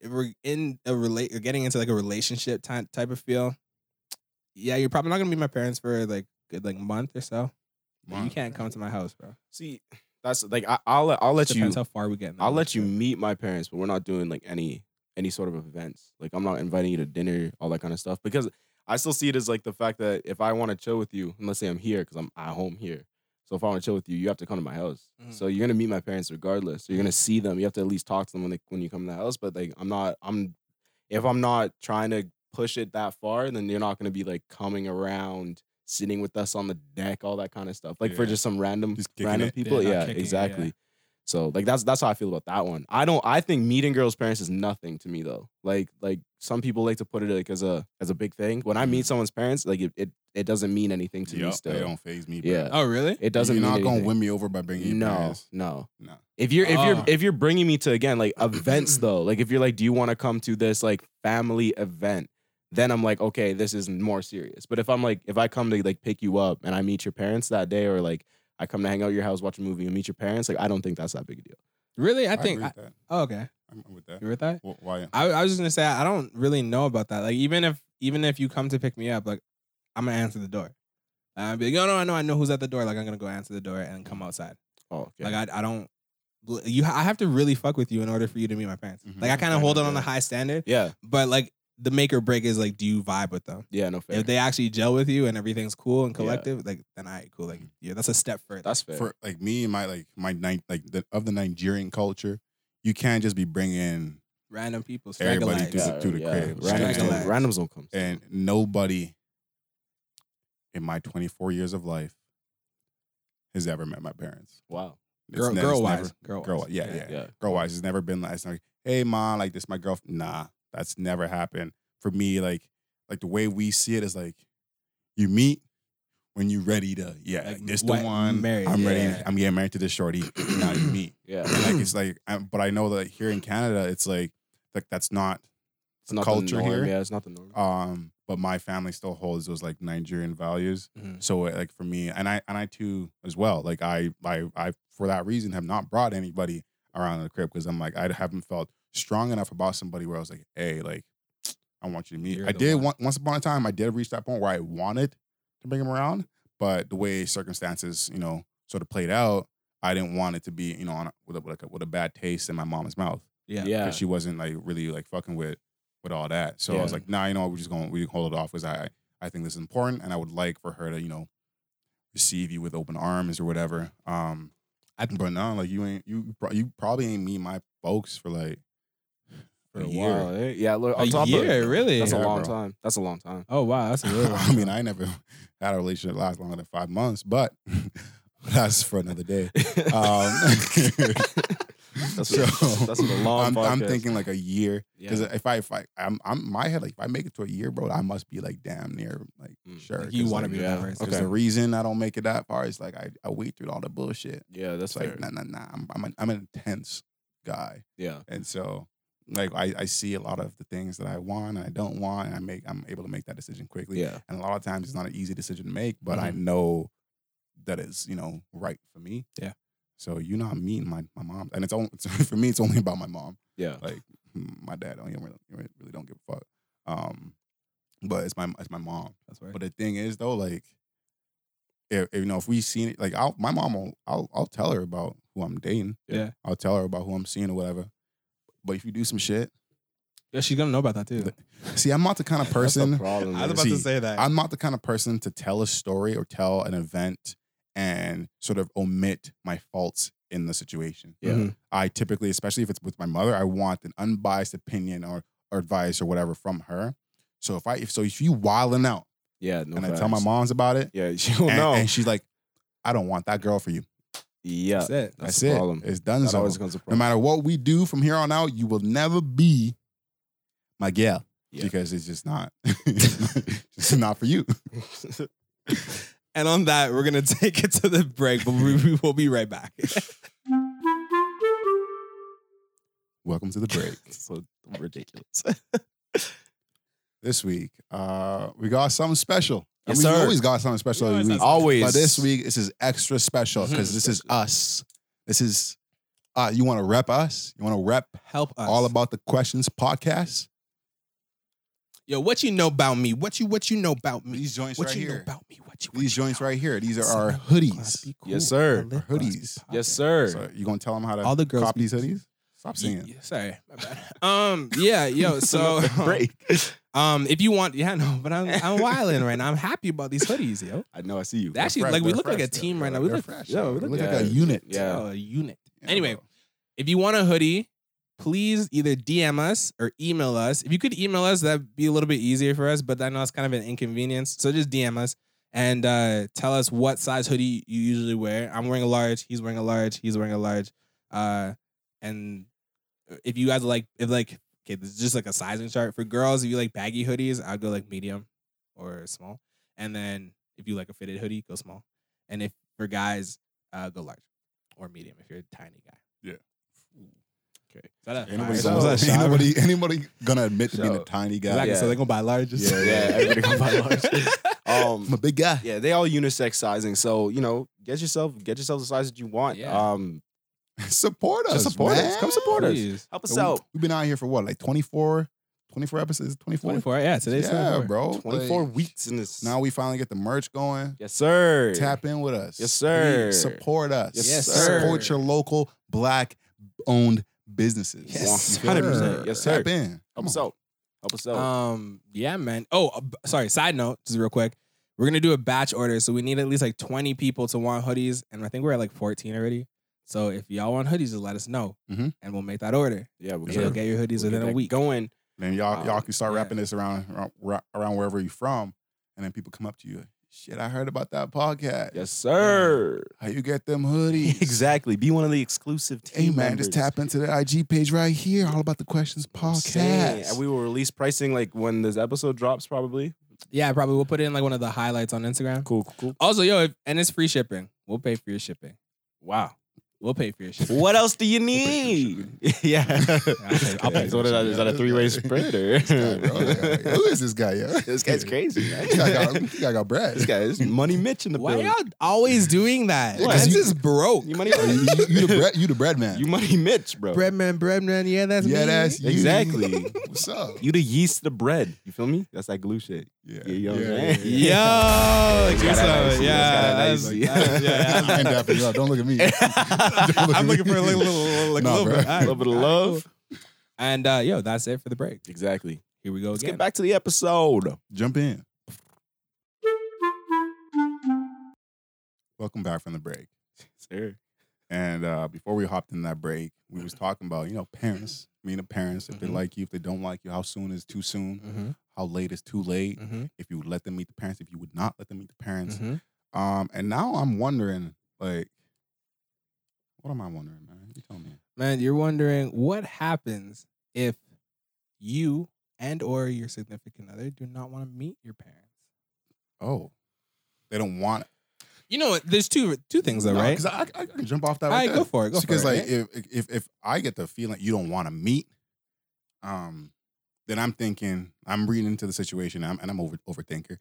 Speaker 2: if we're in a relate or getting into like a relationship ty- type of feel, yeah, you're probably not gonna meet my parents for like good like month or so. But You
Speaker 3: Month.
Speaker 2: can't come to my house, bro.
Speaker 1: See, that's like I, I'll I'll let you
Speaker 2: Depends how far we get. in the
Speaker 1: I'll let you
Speaker 2: relationship.
Speaker 1: meet my parents, but we're not doing like any any sort of events. Like I'm not inviting you to dinner, all that kind of stuff. Because I still see it as like the fact that if I want to chill with you, and let's say I'm here because I'm at home here. So if I want to chill with you, you have to come to my house.
Speaker 2: Mhm.
Speaker 1: So you're gonna meet my parents regardless. So you're gonna see them. You have to at least talk to them when they when you come to the house. But like I'm not I'm if I'm not trying to push it that far, then you're not gonna be like coming around, sitting with us on the deck, all that kind of stuff. Like for
Speaker 3: Yeah.
Speaker 1: just some random
Speaker 3: Just kicking
Speaker 1: random
Speaker 3: it.
Speaker 2: Yeah,
Speaker 1: people.
Speaker 2: not
Speaker 1: Yeah,
Speaker 2: kicking it, yeah.
Speaker 1: exactly. So like that's that's how I feel about that one. I don't I think meeting girls' parents is nothing to me though. Like like some people like to put it like as a as a big thing. When I meet someone's parents, like it it, it doesn't mean anything to me
Speaker 3: Mm-hmm. Yup, they
Speaker 1: still.
Speaker 3: don't phase me. Bro.
Speaker 1: Yeah,
Speaker 2: Oh really?
Speaker 1: it doesn't.
Speaker 3: You're
Speaker 1: mean
Speaker 3: not gonna
Speaker 1: anything.
Speaker 3: win me over by bringing your
Speaker 1: No,
Speaker 3: parents. Ah.
Speaker 1: no.
Speaker 3: No.
Speaker 1: If you're if you're
Speaker 2: Oh.
Speaker 1: if you're bringing me to again like events
Speaker 3: [CLEARS THROAT]
Speaker 1: though, like if you're like, do you want to come to this like family event? Then I'm like, okay, this is more serious. But if I'm like, if I come to like pick you up and I meet your parents that day, or like I come to hang out at your house, watch a movie, and meet your parents, like I don't think that's that big a deal.
Speaker 2: Really? I think.
Speaker 3: agree
Speaker 2: I,
Speaker 3: with that.
Speaker 2: oh, okay.
Speaker 3: I'm I'm with that.
Speaker 2: You with that?
Speaker 3: Wh- Why?
Speaker 2: I, I was just gonna say I don't really know about that. Like even if even if you come to pick me up, like I'm gonna answer the door. i be like, no, no, I know, I know who's at the door. Like I'm gonna go answer the door and come outside.
Speaker 1: Oh, okay.
Speaker 2: Like I, I don't. You, I have to really fuck with you in order for you to meet my parents.
Speaker 3: Mhm.
Speaker 2: Like I kind
Speaker 3: I
Speaker 2: of hold
Speaker 3: know
Speaker 2: it on a
Speaker 3: that.
Speaker 2: high standard,
Speaker 1: Mm-hmm. yeah,
Speaker 2: but like the make or break is like, do you vibe with them?
Speaker 1: yeah, no fair.
Speaker 2: If they actually gel with you and everything's cool and
Speaker 1: Yeah. Mm-hmm.
Speaker 2: collective, like then I cool. Like yeah, that's a step further.
Speaker 1: that's fair.
Speaker 3: For like me and my like my night like the, of the Nigerian culture, you can't just be bringing
Speaker 2: Random people.
Speaker 3: Everybody
Speaker 2: strangleites.
Speaker 3: does it. to the crib.
Speaker 1: Randoms,
Speaker 2: Strangleites.
Speaker 1: don't, randoms don't come.
Speaker 3: and nobody in my 24 years of life has ever met my parents.
Speaker 1: Wow.
Speaker 3: It's
Speaker 2: Girl,
Speaker 3: ne-
Speaker 2: girl
Speaker 3: it's
Speaker 2: wise.
Speaker 3: never- girl, yeah, yeah,
Speaker 1: Yeah.
Speaker 3: [CLEARS THROAT] girl wise. It's never been like it's not like, hey mom, like this my girl. Nah, that's never happened for me. Like like the way we see it is like you meet when you ready to yeah.
Speaker 2: Like
Speaker 3: Like, this
Speaker 2: what-
Speaker 3: the one.
Speaker 2: married,
Speaker 3: I'm
Speaker 2: yeah.
Speaker 3: ready. I'm getting married to this shorty. now you meet.
Speaker 1: Yeah.
Speaker 3: And, like it's like, I, but I know that here in Canada, it's like like that's not.
Speaker 1: It's not
Speaker 3: culture
Speaker 1: the norm.
Speaker 3: here.
Speaker 1: Yeah, it's not the norm.
Speaker 2: Mm-hmm.
Speaker 3: Um, but my family still holds those like Nigerian values.
Speaker 2: Mhm.
Speaker 3: So it, like for me, and I and I too as well. Like I I I for that reason have not brought anybody around the crib because I'm like I haven't felt strong enough about somebody where I was like, hey, like I want you to meet.
Speaker 2: You're
Speaker 3: I
Speaker 2: the
Speaker 3: did
Speaker 2: one.
Speaker 3: one, once upon a time. I did reach that point where I wanted to bring him around, but the way circumstances, you know, sort of played out, I didn't want it to be, you know, on a, with a, with a with a bad taste in my mom's mouth
Speaker 2: Yeah.
Speaker 1: Yeah.
Speaker 3: because she wasn't like really like fucking with with all that. So I was
Speaker 1: Yeah.
Speaker 3: like, nah, you know, what, we're just going we can hold it off because I I think this is important, and I would like for her to you know receive you with open arms or whatever. Um,
Speaker 2: I-
Speaker 3: but no, like you ain't you pro- you probably ain't meet my folks for like
Speaker 1: For a while. eh? Yeah. Look,
Speaker 2: A
Speaker 1: on top
Speaker 2: year,
Speaker 1: of
Speaker 2: really?
Speaker 1: That's a
Speaker 3: Yeah,
Speaker 1: long
Speaker 3: bro.
Speaker 1: time. That's a long time.
Speaker 2: Oh
Speaker 3: [LAUGHS]
Speaker 2: wow, that's
Speaker 1: [LAUGHS]
Speaker 2: a really.
Speaker 3: I mean, I never had a relationship last longer than five months, but [LAUGHS] that's for another day. Um, [LAUGHS]
Speaker 1: That's a- that's a long
Speaker 3: I'm, I'm
Speaker 1: podcast.
Speaker 3: thinking like a year. Because
Speaker 1: yeah.
Speaker 3: if I if I I'm I'm my head like if I make it to a year, bro, I must be like damn near like
Speaker 1: Mm.
Speaker 3: sure.
Speaker 2: Like, you
Speaker 3: Because,
Speaker 2: wanna
Speaker 3: like,
Speaker 2: be
Speaker 1: yeah.
Speaker 2: that person.
Speaker 3: Because
Speaker 1: Okay.
Speaker 3: the reason I don't make it that far is like I, I wait through all the bullshit.
Speaker 1: Yeah. That's
Speaker 3: It's like
Speaker 1: fair.
Speaker 3: nah nah nah. I'm I'm an, I'm an intense guy,
Speaker 1: Yeah.
Speaker 3: and so like I, I see a lot of the things that I want and I don't want, and I make I'm able to make that decision quickly.
Speaker 1: Yeah. Mm-hmm.
Speaker 3: And a lot of times it's not an easy decision to make, but I know that it's you know right for me.
Speaker 2: Yeah.
Speaker 3: So you're not meeting my my mom, and it's only [LAUGHS] for me. It's only about my mom
Speaker 1: Yeah.
Speaker 3: like mm, my dad don't he don't really, he really- really don't give a fuck. Um, but it's my it's my mom.
Speaker 2: That's weird.
Speaker 3: But the thing is though, like, if, if, you know, if we seen it, like, I'll my mom will I'll I'll tell her about who I'm dating.
Speaker 2: Yeah.
Speaker 3: I'll tell her about who I'm seeing or whatever. But if you do some shit,
Speaker 2: Yeah, she's gonna know about that too.
Speaker 3: see, I'm not the kind of
Speaker 1: [LAUGHS] That's the
Speaker 3: person.
Speaker 1: problem.
Speaker 2: I was
Speaker 1: man.
Speaker 2: about
Speaker 3: See,
Speaker 2: to say that.
Speaker 3: I'm not the kind of person to tell a story or tell an event and sort of omit my faults in the situation.
Speaker 1: Yeah.
Speaker 2: Mhm.
Speaker 3: I typically, especially if it's with my mother, I want an unbiased opinion or, or advice or whatever from her. So if I if so if you wilding out
Speaker 1: Yeah. No
Speaker 3: and I tell my
Speaker 1: facts. Oh,
Speaker 3: moms about it,
Speaker 1: Yeah. [LAUGHS] She'll
Speaker 3: and,
Speaker 1: know.
Speaker 3: and she's like, I don't want that girl for you.
Speaker 1: Yeah.
Speaker 2: That's it.
Speaker 1: That's
Speaker 3: That's,
Speaker 1: the
Speaker 3: it.
Speaker 1: problem.
Speaker 3: It's
Speaker 1: That
Speaker 3: done.
Speaker 1: always comes a
Speaker 3: No
Speaker 1: problem.
Speaker 3: matter what we do from here on out, you will never be my gal
Speaker 1: Yeah.
Speaker 3: [LAUGHS] because it's just not, it's not for you.
Speaker 2: And on that, we're gonna [LAUGHS] take it to the break, but we, we will be
Speaker 1: [LAUGHS]
Speaker 2: right back.
Speaker 3: Welcome to the break. [LAUGHS]
Speaker 1: so ridiculous.
Speaker 3: this week, uh, we got something special. And
Speaker 2: Yes,
Speaker 3: we've
Speaker 2: sir.
Speaker 3: always got something special
Speaker 2: We
Speaker 3: every week.
Speaker 2: always have something
Speaker 1: Always.
Speaker 3: But this week, this is Mhm. extra special because this is us. This is, uh, you want to rep us? You want to rep
Speaker 2: Help us.
Speaker 3: All About the Questions podcast?
Speaker 2: yo, what you know about me? What you what you know about me?
Speaker 3: These joints
Speaker 2: what
Speaker 3: right
Speaker 2: you know
Speaker 3: here.
Speaker 2: about me? What you what
Speaker 3: These
Speaker 2: you
Speaker 3: joints
Speaker 2: know?
Speaker 3: right here. These
Speaker 2: Listen,
Speaker 3: are our
Speaker 2: lip gloss
Speaker 3: hoodier.
Speaker 2: be cool.
Speaker 1: Yes, sir.
Speaker 2: Our lip
Speaker 3: Our
Speaker 2: gloss be
Speaker 3: hoodies.
Speaker 2: poppin'.
Speaker 1: yes, sir.
Speaker 3: So you gonna tell them how to
Speaker 2: All the girls
Speaker 3: copy
Speaker 2: be-
Speaker 3: these hoodies? Stop
Speaker 2: Yeah,
Speaker 3: saying it.
Speaker 2: yeah, sorry. My
Speaker 3: [LAUGHS]
Speaker 2: bad. Um, yeah, yo, so [LAUGHS] um if you want, yeah, no, but I'm
Speaker 3: [LAUGHS]
Speaker 2: I'm wilding right now. I'm happy about these hoodies, yo.
Speaker 1: I know. I see you.
Speaker 2: They're actually
Speaker 3: fresh,
Speaker 2: like we
Speaker 3: they're
Speaker 2: look like a
Speaker 3: fresh,
Speaker 2: team
Speaker 3: they're-
Speaker 2: right now. We
Speaker 3: they're
Speaker 2: look,
Speaker 3: fresh,
Speaker 2: yo, we
Speaker 3: They
Speaker 2: look,
Speaker 3: look
Speaker 2: like
Speaker 3: like a
Speaker 1: yeah.
Speaker 3: unit.
Speaker 1: Yeah.
Speaker 2: a unit.
Speaker 3: Yeah,
Speaker 2: Anyway,
Speaker 3: bro.
Speaker 2: if you want a hoodie, please either DM us or email us. If you could email us, that'd be a little bit easier for us, but I know it's kind of an inconvenience. So just DM us and uh, tell us what size hoodie you usually wear. I'm wearing a large, he's wearing a large, he's wearing a large. Uh, and if you guys like, if like, okay, this is just like a sizing chart for girls. If you like baggy hoodies, I'd go like medium or small. And then if you like a fitted hoodie, go small. And if for guys, uh, go large or medium if you're a tiny guy.
Speaker 3: Yeah.
Speaker 2: Okay. Is that a
Speaker 3: Ain't nobody,
Speaker 1: Alright,
Speaker 3: gonna,
Speaker 1: so-
Speaker 3: ain't
Speaker 2: Shower?
Speaker 3: nobody, [LAUGHS] anybody gonna admit to being a
Speaker 1: So-
Speaker 3: tiny guy?
Speaker 2: Exactly.
Speaker 1: Yeah.
Speaker 2: So they're gonna buy large.
Speaker 3: Yeah, yeah,
Speaker 1: everybody gonna buy
Speaker 2: [LAUGHS]
Speaker 1: large.
Speaker 3: I'm
Speaker 1: Um, [LAUGHS]
Speaker 3: a big guy.
Speaker 1: yeah, they all unisex sizing. So you know, get yourself get yourself the size that you want.
Speaker 2: Yeah.
Speaker 1: Um,
Speaker 3: support us.
Speaker 1: Just support us.
Speaker 3: man.
Speaker 1: Come support us.
Speaker 2: Please.
Speaker 1: help us
Speaker 3: So
Speaker 1: out.
Speaker 3: we- We've been out here for what, like 24, 24 episodes? 24?
Speaker 2: 24. Yeah, today's
Speaker 3: yeah,
Speaker 2: 24.
Speaker 3: bro. Like,
Speaker 1: 24 weeks in this.
Speaker 3: Now we finally get the merch going.
Speaker 1: yes, sir.
Speaker 3: Tap in with us.
Speaker 1: Yes, sir.
Speaker 3: Please support us.
Speaker 1: Yes,
Speaker 2: Yes, sir.
Speaker 3: Support your local black owned businesses.
Speaker 2: Yes,
Speaker 3: You feel me?
Speaker 1: 100%. Yes, sir.
Speaker 3: Tap in.
Speaker 1: Help us
Speaker 3: Come on.
Speaker 1: out. Help us out.
Speaker 2: Um, yeah, man. Oh, uh, b- sorry. Side note, just real quick. We're gonna do a batch order, so we need at least like 20 people to want hoodies, and I think we're at like 14 already. So if y'all want hoodies, just let us know,
Speaker 3: Mhm.
Speaker 2: and we'll make that order.
Speaker 1: yeah, we're
Speaker 2: And
Speaker 1: gonna
Speaker 2: You'll get your hoodies
Speaker 1: Mm-hmm. we'll get
Speaker 2: within a
Speaker 1: that
Speaker 2: week.
Speaker 1: Going.
Speaker 3: Then y'all,
Speaker 1: Um,
Speaker 3: y'all can start
Speaker 2: yeah.
Speaker 3: wrapping this around, around around wherever you're from. And then people come up to you. Shit, I heard about that podcast.
Speaker 1: Yes, sir.
Speaker 3: How you get them
Speaker 1: [LAUGHS]
Speaker 3: hoodies?
Speaker 1: Exactly. Be one of the exclusive team
Speaker 3: Hey man, just
Speaker 1: members.
Speaker 3: tap into the IG page right here. All about the questions
Speaker 1: I'm saying,
Speaker 3: podcast.
Speaker 1: And we will release pricing like when this episode drops, probably.
Speaker 2: Yeah, probably we'll put it in like one of the highlights on Instagram.
Speaker 1: Cool, cool, cool.
Speaker 2: Also, yo, if, and it's free shipping. We'll pay for your shipping. Wow, we'll pay for your shipping.
Speaker 1: What else do you
Speaker 3: need?
Speaker 1: [LAUGHS] yeah.
Speaker 2: I'll pay.
Speaker 1: So what is that? Is that a three-way sprint or?
Speaker 3: This guy, bro, like, who is this guy? Yeah,
Speaker 1: This guy's
Speaker 3: [LAUGHS]
Speaker 1: crazy, man.
Speaker 3: this guy got, this guy got
Speaker 1: [LAUGHS]
Speaker 3: bread.
Speaker 1: This guy is Money Mitch in the
Speaker 2: Why
Speaker 1: building.
Speaker 2: y'all always doing that?
Speaker 3: Yeah, 'cause
Speaker 2: That's
Speaker 3: you-
Speaker 2: just broke.
Speaker 1: You Money
Speaker 3: Oh, [LAUGHS] you, you, you the bread, you the bread man.
Speaker 1: You Money Mitch, bro.
Speaker 2: Breadman, breadman, yeah, that's
Speaker 3: yeah, that's you.
Speaker 1: Exactly.
Speaker 3: What's up?
Speaker 1: You the yeast, the bread. You feel me? That's that glue shit.
Speaker 3: Yeah,
Speaker 1: You know what I'm saying?
Speaker 2: Yo, yeah,
Speaker 1: It's gotta nice,
Speaker 2: yeah,
Speaker 1: it's gotta nice. [LAUGHS]
Speaker 2: that's- yeah,
Speaker 3: I'm dapping you up. Don't look at me. Don't look
Speaker 2: I'm
Speaker 3: at
Speaker 2: looking
Speaker 3: me.
Speaker 2: for a little, little, little, like,
Speaker 3: Nah,
Speaker 2: little
Speaker 3: bro.
Speaker 2: bit.
Speaker 1: A little bit of love.
Speaker 2: And uh, yo, that's it for the break.
Speaker 1: Exactly.
Speaker 2: Here we go
Speaker 1: Let's
Speaker 2: again.
Speaker 1: get back to the episode.
Speaker 3: [LAUGHS] Jump in. Welcome back from the break.
Speaker 1: Sir.
Speaker 3: And uh, before we hopped in that break, we was talking about you know parents, meaning parents, if they
Speaker 2: Mhm.
Speaker 3: like you, if they don't like you, how soon is too soon,
Speaker 2: Mhm,
Speaker 3: how late is too late,
Speaker 2: mhm,
Speaker 3: if you let them meet the parents, if you would not let them meet the parents.
Speaker 2: mhm.
Speaker 3: Um, and now I'm wondering, like, what am I wondering, man? You tell me.
Speaker 2: Man, you're wondering what happens if you and or your significant other do not want to meet your parents.
Speaker 3: Oh, they don't want it.
Speaker 2: You know what? There's two two things though, right?
Speaker 3: Because I, I, I can jump off that.
Speaker 2: All
Speaker 3: right
Speaker 2: right,
Speaker 3: there.
Speaker 2: go for it. Go
Speaker 3: because
Speaker 2: for it.
Speaker 3: like if, if if I get the feeling you don't want to meet, um, then I'm thinking I'm reading into the situation. I'm, and I'm over overthinker.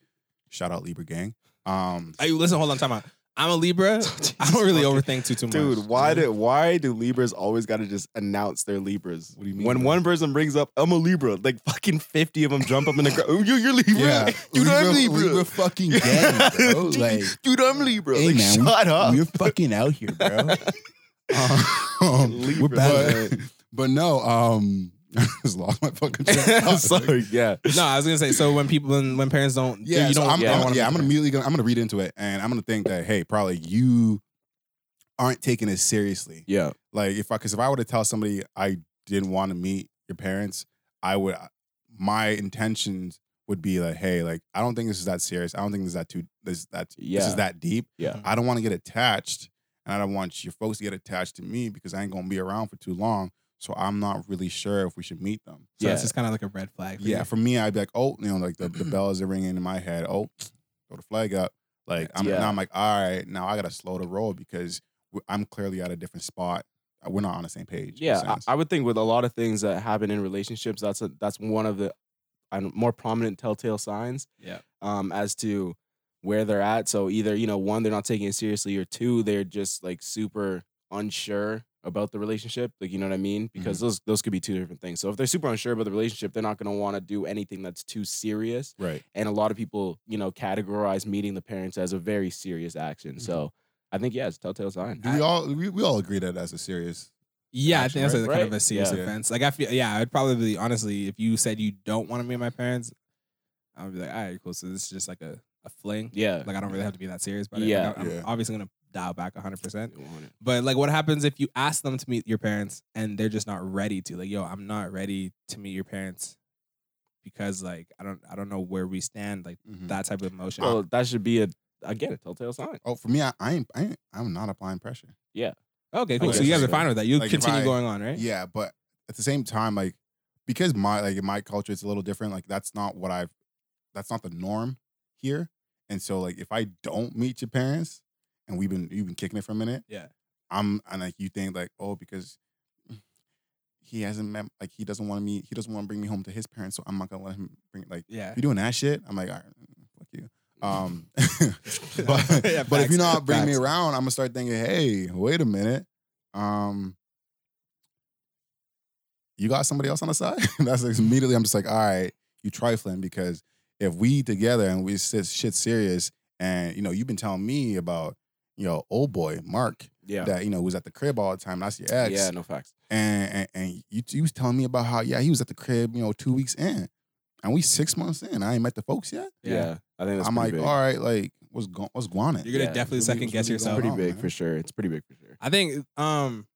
Speaker 3: Shout out Libra gang. [LAUGHS] Um,
Speaker 2: Hey, listen, hold on, time out. I'm a
Speaker 3: [LAUGHS]
Speaker 2: Libra. I don't really overthink too too much.
Speaker 1: Dude, why do why do Libras always got to just announce they're Libras?
Speaker 3: What do you mean
Speaker 1: When
Speaker 3: by
Speaker 1: one person brings up I'm a Libra, like fucking fifty of them jump up in the crowd. [LAUGHS] You, you're Libra.
Speaker 3: yeah,
Speaker 1: Dude, I'm
Speaker 3: Libra,
Speaker 1: Libra. [LAUGHS]
Speaker 3: Libra [LAUGHS] fucking gang, bro.
Speaker 1: Dude,
Speaker 3: Like,
Speaker 1: dude, I'm Libra.
Speaker 3: Hey,
Speaker 1: like,
Speaker 3: man, we-
Speaker 1: shut up. [LAUGHS]
Speaker 3: we're fucking out here,
Speaker 2: [LAUGHS]
Speaker 3: bro. um,
Speaker 1: Libra.
Speaker 3: we're [LAUGHS] bad. But, but no, um, [LAUGHS] I just lost my fucking.
Speaker 2: [LAUGHS]
Speaker 3: train of thought.
Speaker 1: Sorry, yeah.
Speaker 2: No, I was gonna say. So when people when, when parents don't,
Speaker 3: Yeah,
Speaker 2: you
Speaker 3: so
Speaker 2: don't.
Speaker 3: I'm,
Speaker 2: you don't
Speaker 3: I'm-
Speaker 2: wanna
Speaker 3: yeah,
Speaker 2: meet
Speaker 3: I'm
Speaker 2: your
Speaker 3: gonna immediately gonna, I'm gonna read into it, and I'm gonna think that hey, probably you aren't taking it seriously.
Speaker 1: Yeah.
Speaker 3: Like if I, because if I were to tell somebody I didn't want to meet your parents, I would. uh, My intentions would be like, hey, like I don't think this is that serious. I don't think this is that too. This that this
Speaker 1: Yeah.
Speaker 3: is that deep.
Speaker 1: Yeah.
Speaker 3: I don't want to get attached, and I don't want your folks to get attached to me because I ain't gonna be around for too long. So I'm not really sure if we should meet them.
Speaker 2: So
Speaker 1: yeah.
Speaker 2: it's just kind of like a red flag. for
Speaker 3: Yeah,
Speaker 1: [CLEARS THROAT]
Speaker 2: you.
Speaker 3: for me, I'd be like, oh, you know, like the, the bells are ringing in my head. Oh, throw the flag up. Like I'm
Speaker 1: Yeah.
Speaker 3: now I'm like, all right, now I gotta slow the roll because we- I'm clearly at a different spot. Uh, We're not on the same page. in a
Speaker 1: Yeah, I-
Speaker 3: sense.
Speaker 1: I, would think with a lot of things that happen in relationships, that's a, that's one of the I don't- more prominent telltale signs.
Speaker 2: Yeah.
Speaker 1: Um, as to where they're at. So either you know, one, they're not taking it seriously, or two, they're just like super unsure about the relationship. Like you know what I mean? Because those those could be two different things. So if they're super unsure about the relationship, they're not going to want to do anything that's too serious.
Speaker 3: right.
Speaker 1: And a lot of people, you know, categorize meeting the parents as a very serious action.
Speaker 2: Mhm.
Speaker 1: So I think yeah, it's a telltale sign.
Speaker 3: Do we all we, we all agree that that's a serious
Speaker 2: Yeah,
Speaker 3: Action,
Speaker 2: I think that's
Speaker 3: right?
Speaker 2: a kind of
Speaker 1: Right?
Speaker 2: a serious
Speaker 3: Yeah.
Speaker 2: offense. Like I feel, yeah, I'd probably honestly, if you said you don't want to meet my parents, I would be like, all right, cool. So this is just like a, a fling.
Speaker 1: [LAUGHS] Yeah.
Speaker 2: Like I don't really have to be that serious about it.
Speaker 1: Yeah.
Speaker 2: Like, I'm
Speaker 3: Yeah.
Speaker 2: obviously gonna dial back 100. percent
Speaker 1: You want it.
Speaker 2: But like, what happens if you ask them to meet your parents and they're just not ready to? Like, yo, I'm not ready to meet your parents because like I don't I don't know where we stand. Like
Speaker 3: mm-hmm.
Speaker 2: that type of emotion.
Speaker 1: Well, that should be a again a telltale sign.
Speaker 3: Oh, for me, I, I ain't I ain't, I'm not applying pressure.
Speaker 2: okay,
Speaker 1: I
Speaker 2: cool. So
Speaker 1: guess
Speaker 2: you guys are
Speaker 1: so.
Speaker 2: fine with that. You
Speaker 3: Like, if
Speaker 2: continue
Speaker 3: I-
Speaker 2: going on, right?
Speaker 3: Yeah, but at the same time, like because my like in my culture it's a little different. Like that's not what I've that's not the norm here. And so like if I don't meet your parents and we've been you've been kicking it for a minute,
Speaker 2: Yeah.
Speaker 3: I'm and like you think like oh because [SIGHS] he hasn't met like he doesn't want to meet he doesn't want to bring me home to his parents, so I'm not gonna let him bring like
Speaker 2: Yeah.
Speaker 3: if you're doing that shit, I'm like all right, fuck you.
Speaker 2: [LAUGHS]
Speaker 3: Um, [LAUGHS] but
Speaker 2: Yeah,
Speaker 3: but if
Speaker 2: facts,
Speaker 3: you're not bringing me
Speaker 2: facts.
Speaker 3: around, I'm gonna start thinking, hey, wait a minute, um, you got somebody else on the side. [LAUGHS] That's like, immediately I'm just like, all right, you trifling because if we together and we sit shit serious, and you know you've been telling me about you know old boy Mark
Speaker 1: Yeah.
Speaker 3: that you know was at the crib all the time. That's your ex
Speaker 1: Yeah, no facts.
Speaker 3: and and, and you, you was telling me about how yeah he was at the crib you know two weeks in, and we six months in. I ain't met the folks yet.
Speaker 1: Yeah, I think that's
Speaker 3: I'm
Speaker 1: pretty
Speaker 3: like,
Speaker 1: big.
Speaker 3: all right, like what's going what's going on?
Speaker 2: You're gonna
Speaker 1: Yeah,
Speaker 2: definitely
Speaker 3: it's really-
Speaker 2: second
Speaker 3: it's
Speaker 2: guess
Speaker 3: really
Speaker 2: yourself.
Speaker 1: pretty
Speaker 3: Oh,
Speaker 1: big
Speaker 3: man.
Speaker 1: for sure. It's pretty big for sure.
Speaker 2: I think um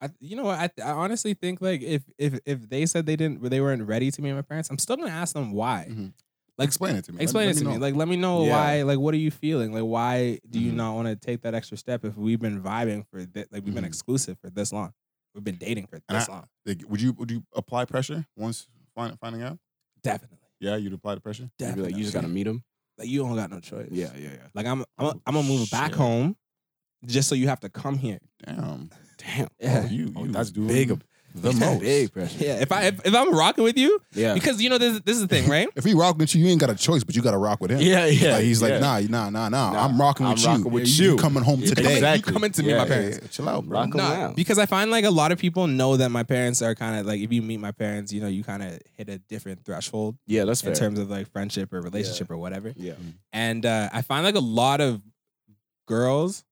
Speaker 2: I you know what I, I honestly think like if if if they said they didn't they weren't ready to meet my parents, I'm still gonna ask them why.
Speaker 3: Mhm.
Speaker 2: Like
Speaker 3: explain
Speaker 2: explain,
Speaker 3: it to me. Let-
Speaker 2: explain
Speaker 3: let
Speaker 2: it to me.
Speaker 3: know.
Speaker 2: Like let me know
Speaker 1: Yeah.
Speaker 2: why like what are you feeling? Like why do you
Speaker 3: Mhm.
Speaker 2: not want to take that extra step if we've been vibing for thi- like we've been
Speaker 3: Mhm.
Speaker 2: exclusive for this long. We've been dating for
Speaker 3: And
Speaker 2: this
Speaker 3: I-
Speaker 2: long.
Speaker 3: Like, would you would you apply pressure once find, finding out?
Speaker 2: Definitely.
Speaker 3: Yeah, you'd apply the pressure.
Speaker 1: You'd be
Speaker 2: Definitely.
Speaker 1: like, you just gotta meet him.
Speaker 2: like you don't got no choice.
Speaker 1: Yeah, yeah, yeah.
Speaker 2: Like I'm I'm,
Speaker 3: Oh,
Speaker 2: I'm gonna move back
Speaker 3: shit.
Speaker 2: home just so you have to come here.
Speaker 3: Damn,
Speaker 1: [LAUGHS] Damn.
Speaker 2: Yeah.
Speaker 3: Oh, you,
Speaker 1: Oh,
Speaker 3: you
Speaker 1: that's
Speaker 3: doing
Speaker 1: big of-
Speaker 3: the
Speaker 1: That's
Speaker 3: most.
Speaker 1: Big pressure.
Speaker 2: Yeah, if I if, if I'm rocking with you,
Speaker 1: Yeah.
Speaker 2: because you know this this is the thing, right?
Speaker 3: If he rock with you, you ain't got a choice, but you got to rock with him.
Speaker 1: [LAUGHS] yeah, yeah.
Speaker 3: Like, he's
Speaker 1: yeah. [LAUGHS]
Speaker 3: like, nah, nah, nah, nah.
Speaker 1: Nah,
Speaker 3: I'm rocking
Speaker 1: I'm
Speaker 3: with you.
Speaker 1: rocking with
Speaker 3: you.
Speaker 1: you.
Speaker 3: coming home
Speaker 1: Yeah,
Speaker 3: today.
Speaker 1: exactly.
Speaker 2: You coming to meet
Speaker 1: Yeah,
Speaker 2: my
Speaker 1: yeah,
Speaker 2: parents?
Speaker 3: Hey, chill out, bro.
Speaker 1: Rock 'em
Speaker 2: Nah,
Speaker 1: out.
Speaker 2: because I find like a lot of people know that my parents are kind of like if you meet my parents, you know, you kind of hit a different threshold
Speaker 1: Yeah, that's fair.
Speaker 2: in terms of like friendship or relationship or whatever.
Speaker 1: yeah.
Speaker 2: And uh, I find like a lot of girls,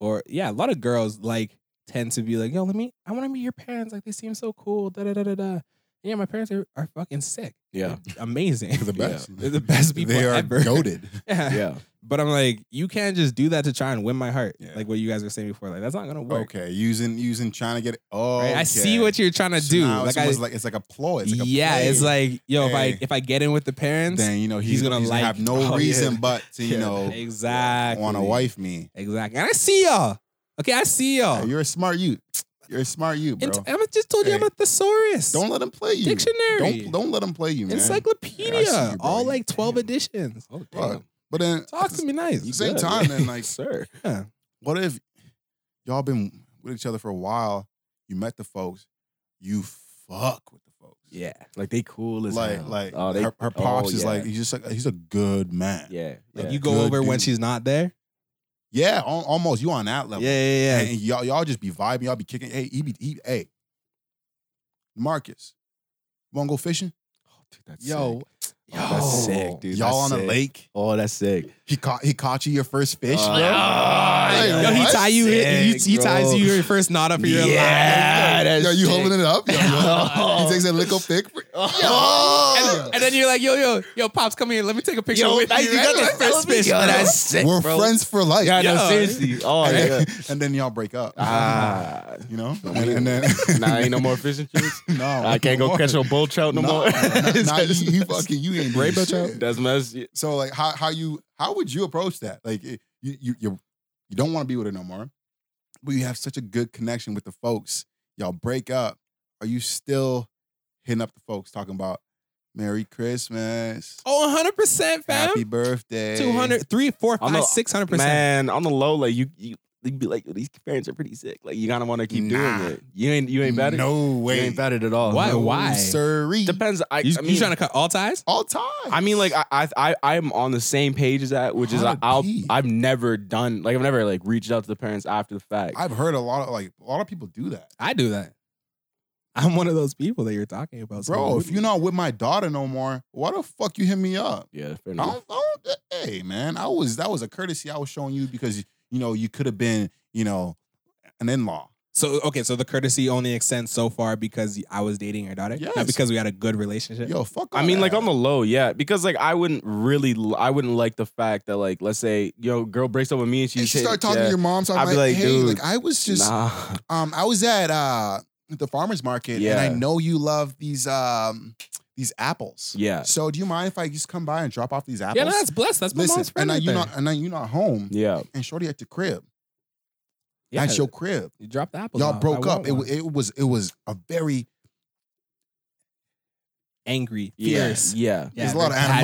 Speaker 2: or yeah, a lot of girls like tend to be like, yo, let me, I want to meet your parents. Like they seem so cool. Da da da da da. Yeah, my parents are, are fucking sick.
Speaker 1: Yeah.
Speaker 2: [LAUGHS] They're amazing.
Speaker 3: They're [LAUGHS] the best.
Speaker 2: [LAUGHS] They're the best people
Speaker 3: They are
Speaker 2: ever.
Speaker 3: goaded.
Speaker 2: [LAUGHS] Yeah.
Speaker 1: Yeah.
Speaker 2: But I'm like, you can't just do that to try and win my heart.
Speaker 3: Yeah.
Speaker 2: Like what you guys were saying before. Like that's not gonna work.
Speaker 3: Okay, using using trying to get it. Oh,
Speaker 2: Right? I see what you're trying to do.
Speaker 3: it's
Speaker 2: Like I,
Speaker 3: almost like it's like a ploy. It's like a
Speaker 2: yeah,
Speaker 3: play.
Speaker 2: it's like yo, if
Speaker 3: Hey.
Speaker 2: I if I get in with the parents,
Speaker 3: then you know
Speaker 2: he's gonna like-
Speaker 3: have no
Speaker 2: [LAUGHS] Oh, yeah.
Speaker 3: reason but to you
Speaker 2: yeah,
Speaker 3: know
Speaker 2: [LAUGHS] exactly
Speaker 3: want to wife me.
Speaker 2: exactly. And I see y'all. Okay, I see y'all.
Speaker 3: Yeah, you're a smart youth. You're a smart youth, bro.
Speaker 2: Int- I just told you I'm
Speaker 3: Hey.
Speaker 2: a thesaurus.
Speaker 3: Don't let him play you.
Speaker 2: Dictionary.
Speaker 3: Don't don't let him play you, man.
Speaker 2: encyclopedia.
Speaker 3: Yeah, I see you, bro.
Speaker 2: all like twelve
Speaker 3: Damn.
Speaker 2: editions.
Speaker 1: Oh
Speaker 3: Fuck. But then
Speaker 2: Talk to me
Speaker 3: You
Speaker 2: nice.
Speaker 3: Same
Speaker 1: good.
Speaker 3: time, then, like-
Speaker 1: sir.
Speaker 3: [LAUGHS] what if y'all been with each other for a while? You met the folks. You fuck with the folks.
Speaker 2: Yeah.
Speaker 1: Like they cool as
Speaker 3: Like
Speaker 1: hell.
Speaker 3: like
Speaker 1: Oh, they-
Speaker 3: her, her
Speaker 1: oh,
Speaker 3: pops is
Speaker 1: yeah.
Speaker 3: like he's just like he's a good man. Yeah,
Speaker 1: Yeah. [LAUGHS]
Speaker 2: Like
Speaker 1: yeah.
Speaker 2: you go
Speaker 3: Good
Speaker 2: over when
Speaker 3: dude.
Speaker 2: she's not there.
Speaker 3: al- almost. You on that level.
Speaker 2: yeah,
Speaker 3: And y'all, y'all just be vibing. Y'all be kicking. Hey, he be, he, hey, Marcus, you want to go fishing?
Speaker 1: Oh, dude, that's
Speaker 2: Yo,
Speaker 1: sick. Oh, that's sick, dude.
Speaker 3: y'all on
Speaker 1: that's
Speaker 3: a
Speaker 1: sick.
Speaker 3: lake.
Speaker 1: Oh, that's sick.
Speaker 3: He caught, he caught you your first fish,
Speaker 1: Oh,
Speaker 3: bro.
Speaker 1: yeah.
Speaker 3: Like,
Speaker 2: Yo, he
Speaker 3: what?
Speaker 2: tie you. He,
Speaker 1: Sick,
Speaker 2: he ties
Speaker 1: bro.
Speaker 2: you [LAUGHS] your first knot up. You're
Speaker 1: Yeah,
Speaker 2: alive.
Speaker 1: that's
Speaker 3: Yo, you
Speaker 1: sick.
Speaker 3: holding it up? Yo,
Speaker 1: [LAUGHS]
Speaker 3: yo. he takes a lick of thick. Yo.
Speaker 2: And then you're like, yo, yo, yo, pops, come here. Let me take a picture
Speaker 1: Yo,
Speaker 2: with
Speaker 1: like,
Speaker 2: you.
Speaker 1: you
Speaker 2: right?
Speaker 1: got the
Speaker 2: Like,
Speaker 1: first
Speaker 2: let me-
Speaker 1: fish,
Speaker 2: yo,
Speaker 1: bro.
Speaker 2: that's sick,
Speaker 3: We're
Speaker 2: bro.
Speaker 3: friends for life.
Speaker 1: Yeah, no,
Speaker 2: Yo.
Speaker 1: seriously. Oh,
Speaker 3: and,
Speaker 1: yeah.
Speaker 3: then, [LAUGHS] and then y'all break up.
Speaker 1: Ah.
Speaker 3: You know? And, and then.
Speaker 1: [LAUGHS] Nah, ain't no more fishing chips.
Speaker 3: [LAUGHS] No.
Speaker 1: I can't go catch no bull trout no, more. [LAUGHS]
Speaker 3: [LAUGHS] Nah, nah, you, you fucking, you ain't doing
Speaker 2: Rainbow
Speaker 3: shit.
Speaker 2: trout?
Speaker 1: That's messy.
Speaker 3: So like how how you how would you approach that? Like it- you you you you don't want to be with her no more, but you have such a good connection with the folks. Y'all break up. Are you still hitting up the folks talking about Merry Christmas.
Speaker 2: Oh, 100% fam.
Speaker 3: Happy birthday.
Speaker 2: 200, 3, 4,
Speaker 1: I'm
Speaker 2: 5,
Speaker 1: a-
Speaker 2: 600%.
Speaker 1: Man, on the low, like you, you, you'd be like, Yo, these parents are pretty sick. Like you gotta want to keep
Speaker 3: Nah.
Speaker 1: doing it. You ain't, you ain't better.
Speaker 3: No
Speaker 1: you
Speaker 3: way.
Speaker 1: ain't battered at all.
Speaker 2: Why?
Speaker 1: No.
Speaker 2: Why?
Speaker 3: Sorry.
Speaker 1: Depends. I,
Speaker 2: You,
Speaker 1: I
Speaker 2: you
Speaker 1: mean,
Speaker 2: trying to cut all ties?
Speaker 3: All time.
Speaker 1: I mean, like I, I, I, I'm on the same page as that, which is I,
Speaker 3: Hard
Speaker 1: I'll,
Speaker 3: P.
Speaker 1: I've never done, like I've never like reached out to the parents after the fact.
Speaker 3: I've heard a lot of like a lot of people do that.
Speaker 2: I do that. I'm one of those people that you're talking about. so
Speaker 3: Bro,
Speaker 2: who
Speaker 3: if
Speaker 2: do
Speaker 3: you're not with my daughter no more, why the fuck you hit me up?
Speaker 1: yeah, fair
Speaker 3: I
Speaker 1: enough.
Speaker 3: don't, I don't, uh, hey man, I was that was a courtesy I was showing you because you know you could have been you know an in law.
Speaker 2: So okay, so the courtesy only extends so far because I was dating your daughter,
Speaker 3: Yes.
Speaker 2: not because we had a good relationship.
Speaker 3: Yo, fuck.
Speaker 1: I
Speaker 3: all
Speaker 1: mean, like
Speaker 3: that.
Speaker 1: on the low, yeah, because like I wouldn't really, l- I wouldn't like the fact that like, let's say, yo, girl breaks up with me and she's
Speaker 3: And she
Speaker 1: hit-
Speaker 3: started talking
Speaker 1: yeah,
Speaker 3: to your mom. So I'm
Speaker 1: I'd be
Speaker 3: like,
Speaker 1: like,
Speaker 3: hey,
Speaker 1: dude,
Speaker 3: like I was just
Speaker 1: nah,
Speaker 3: um I was at uh the farmers market and I
Speaker 1: Yeah.
Speaker 3: know you love these um these apples.
Speaker 1: yeah,
Speaker 3: So do you mind if I just come by and drop off these apples?
Speaker 2: yeah, no, that's blessed. That's my
Speaker 3: Listen,
Speaker 2: mom's
Speaker 3: and
Speaker 2: friend.
Speaker 3: now
Speaker 2: right
Speaker 3: you
Speaker 2: there.
Speaker 3: not and now you not home
Speaker 1: yeah,
Speaker 3: and shorty at the crib.
Speaker 2: yeah,
Speaker 3: At your crib.
Speaker 2: you dropped the apples.
Speaker 3: Y'all
Speaker 2: off.
Speaker 3: broke
Speaker 2: I
Speaker 3: up.
Speaker 2: want
Speaker 3: It, wa-
Speaker 2: one.
Speaker 3: it was it was a very
Speaker 2: angry,
Speaker 1: yeah,
Speaker 2: fierce.
Speaker 1: yeah,
Speaker 2: Yeah,
Speaker 3: there's a lot of
Speaker 2: very bad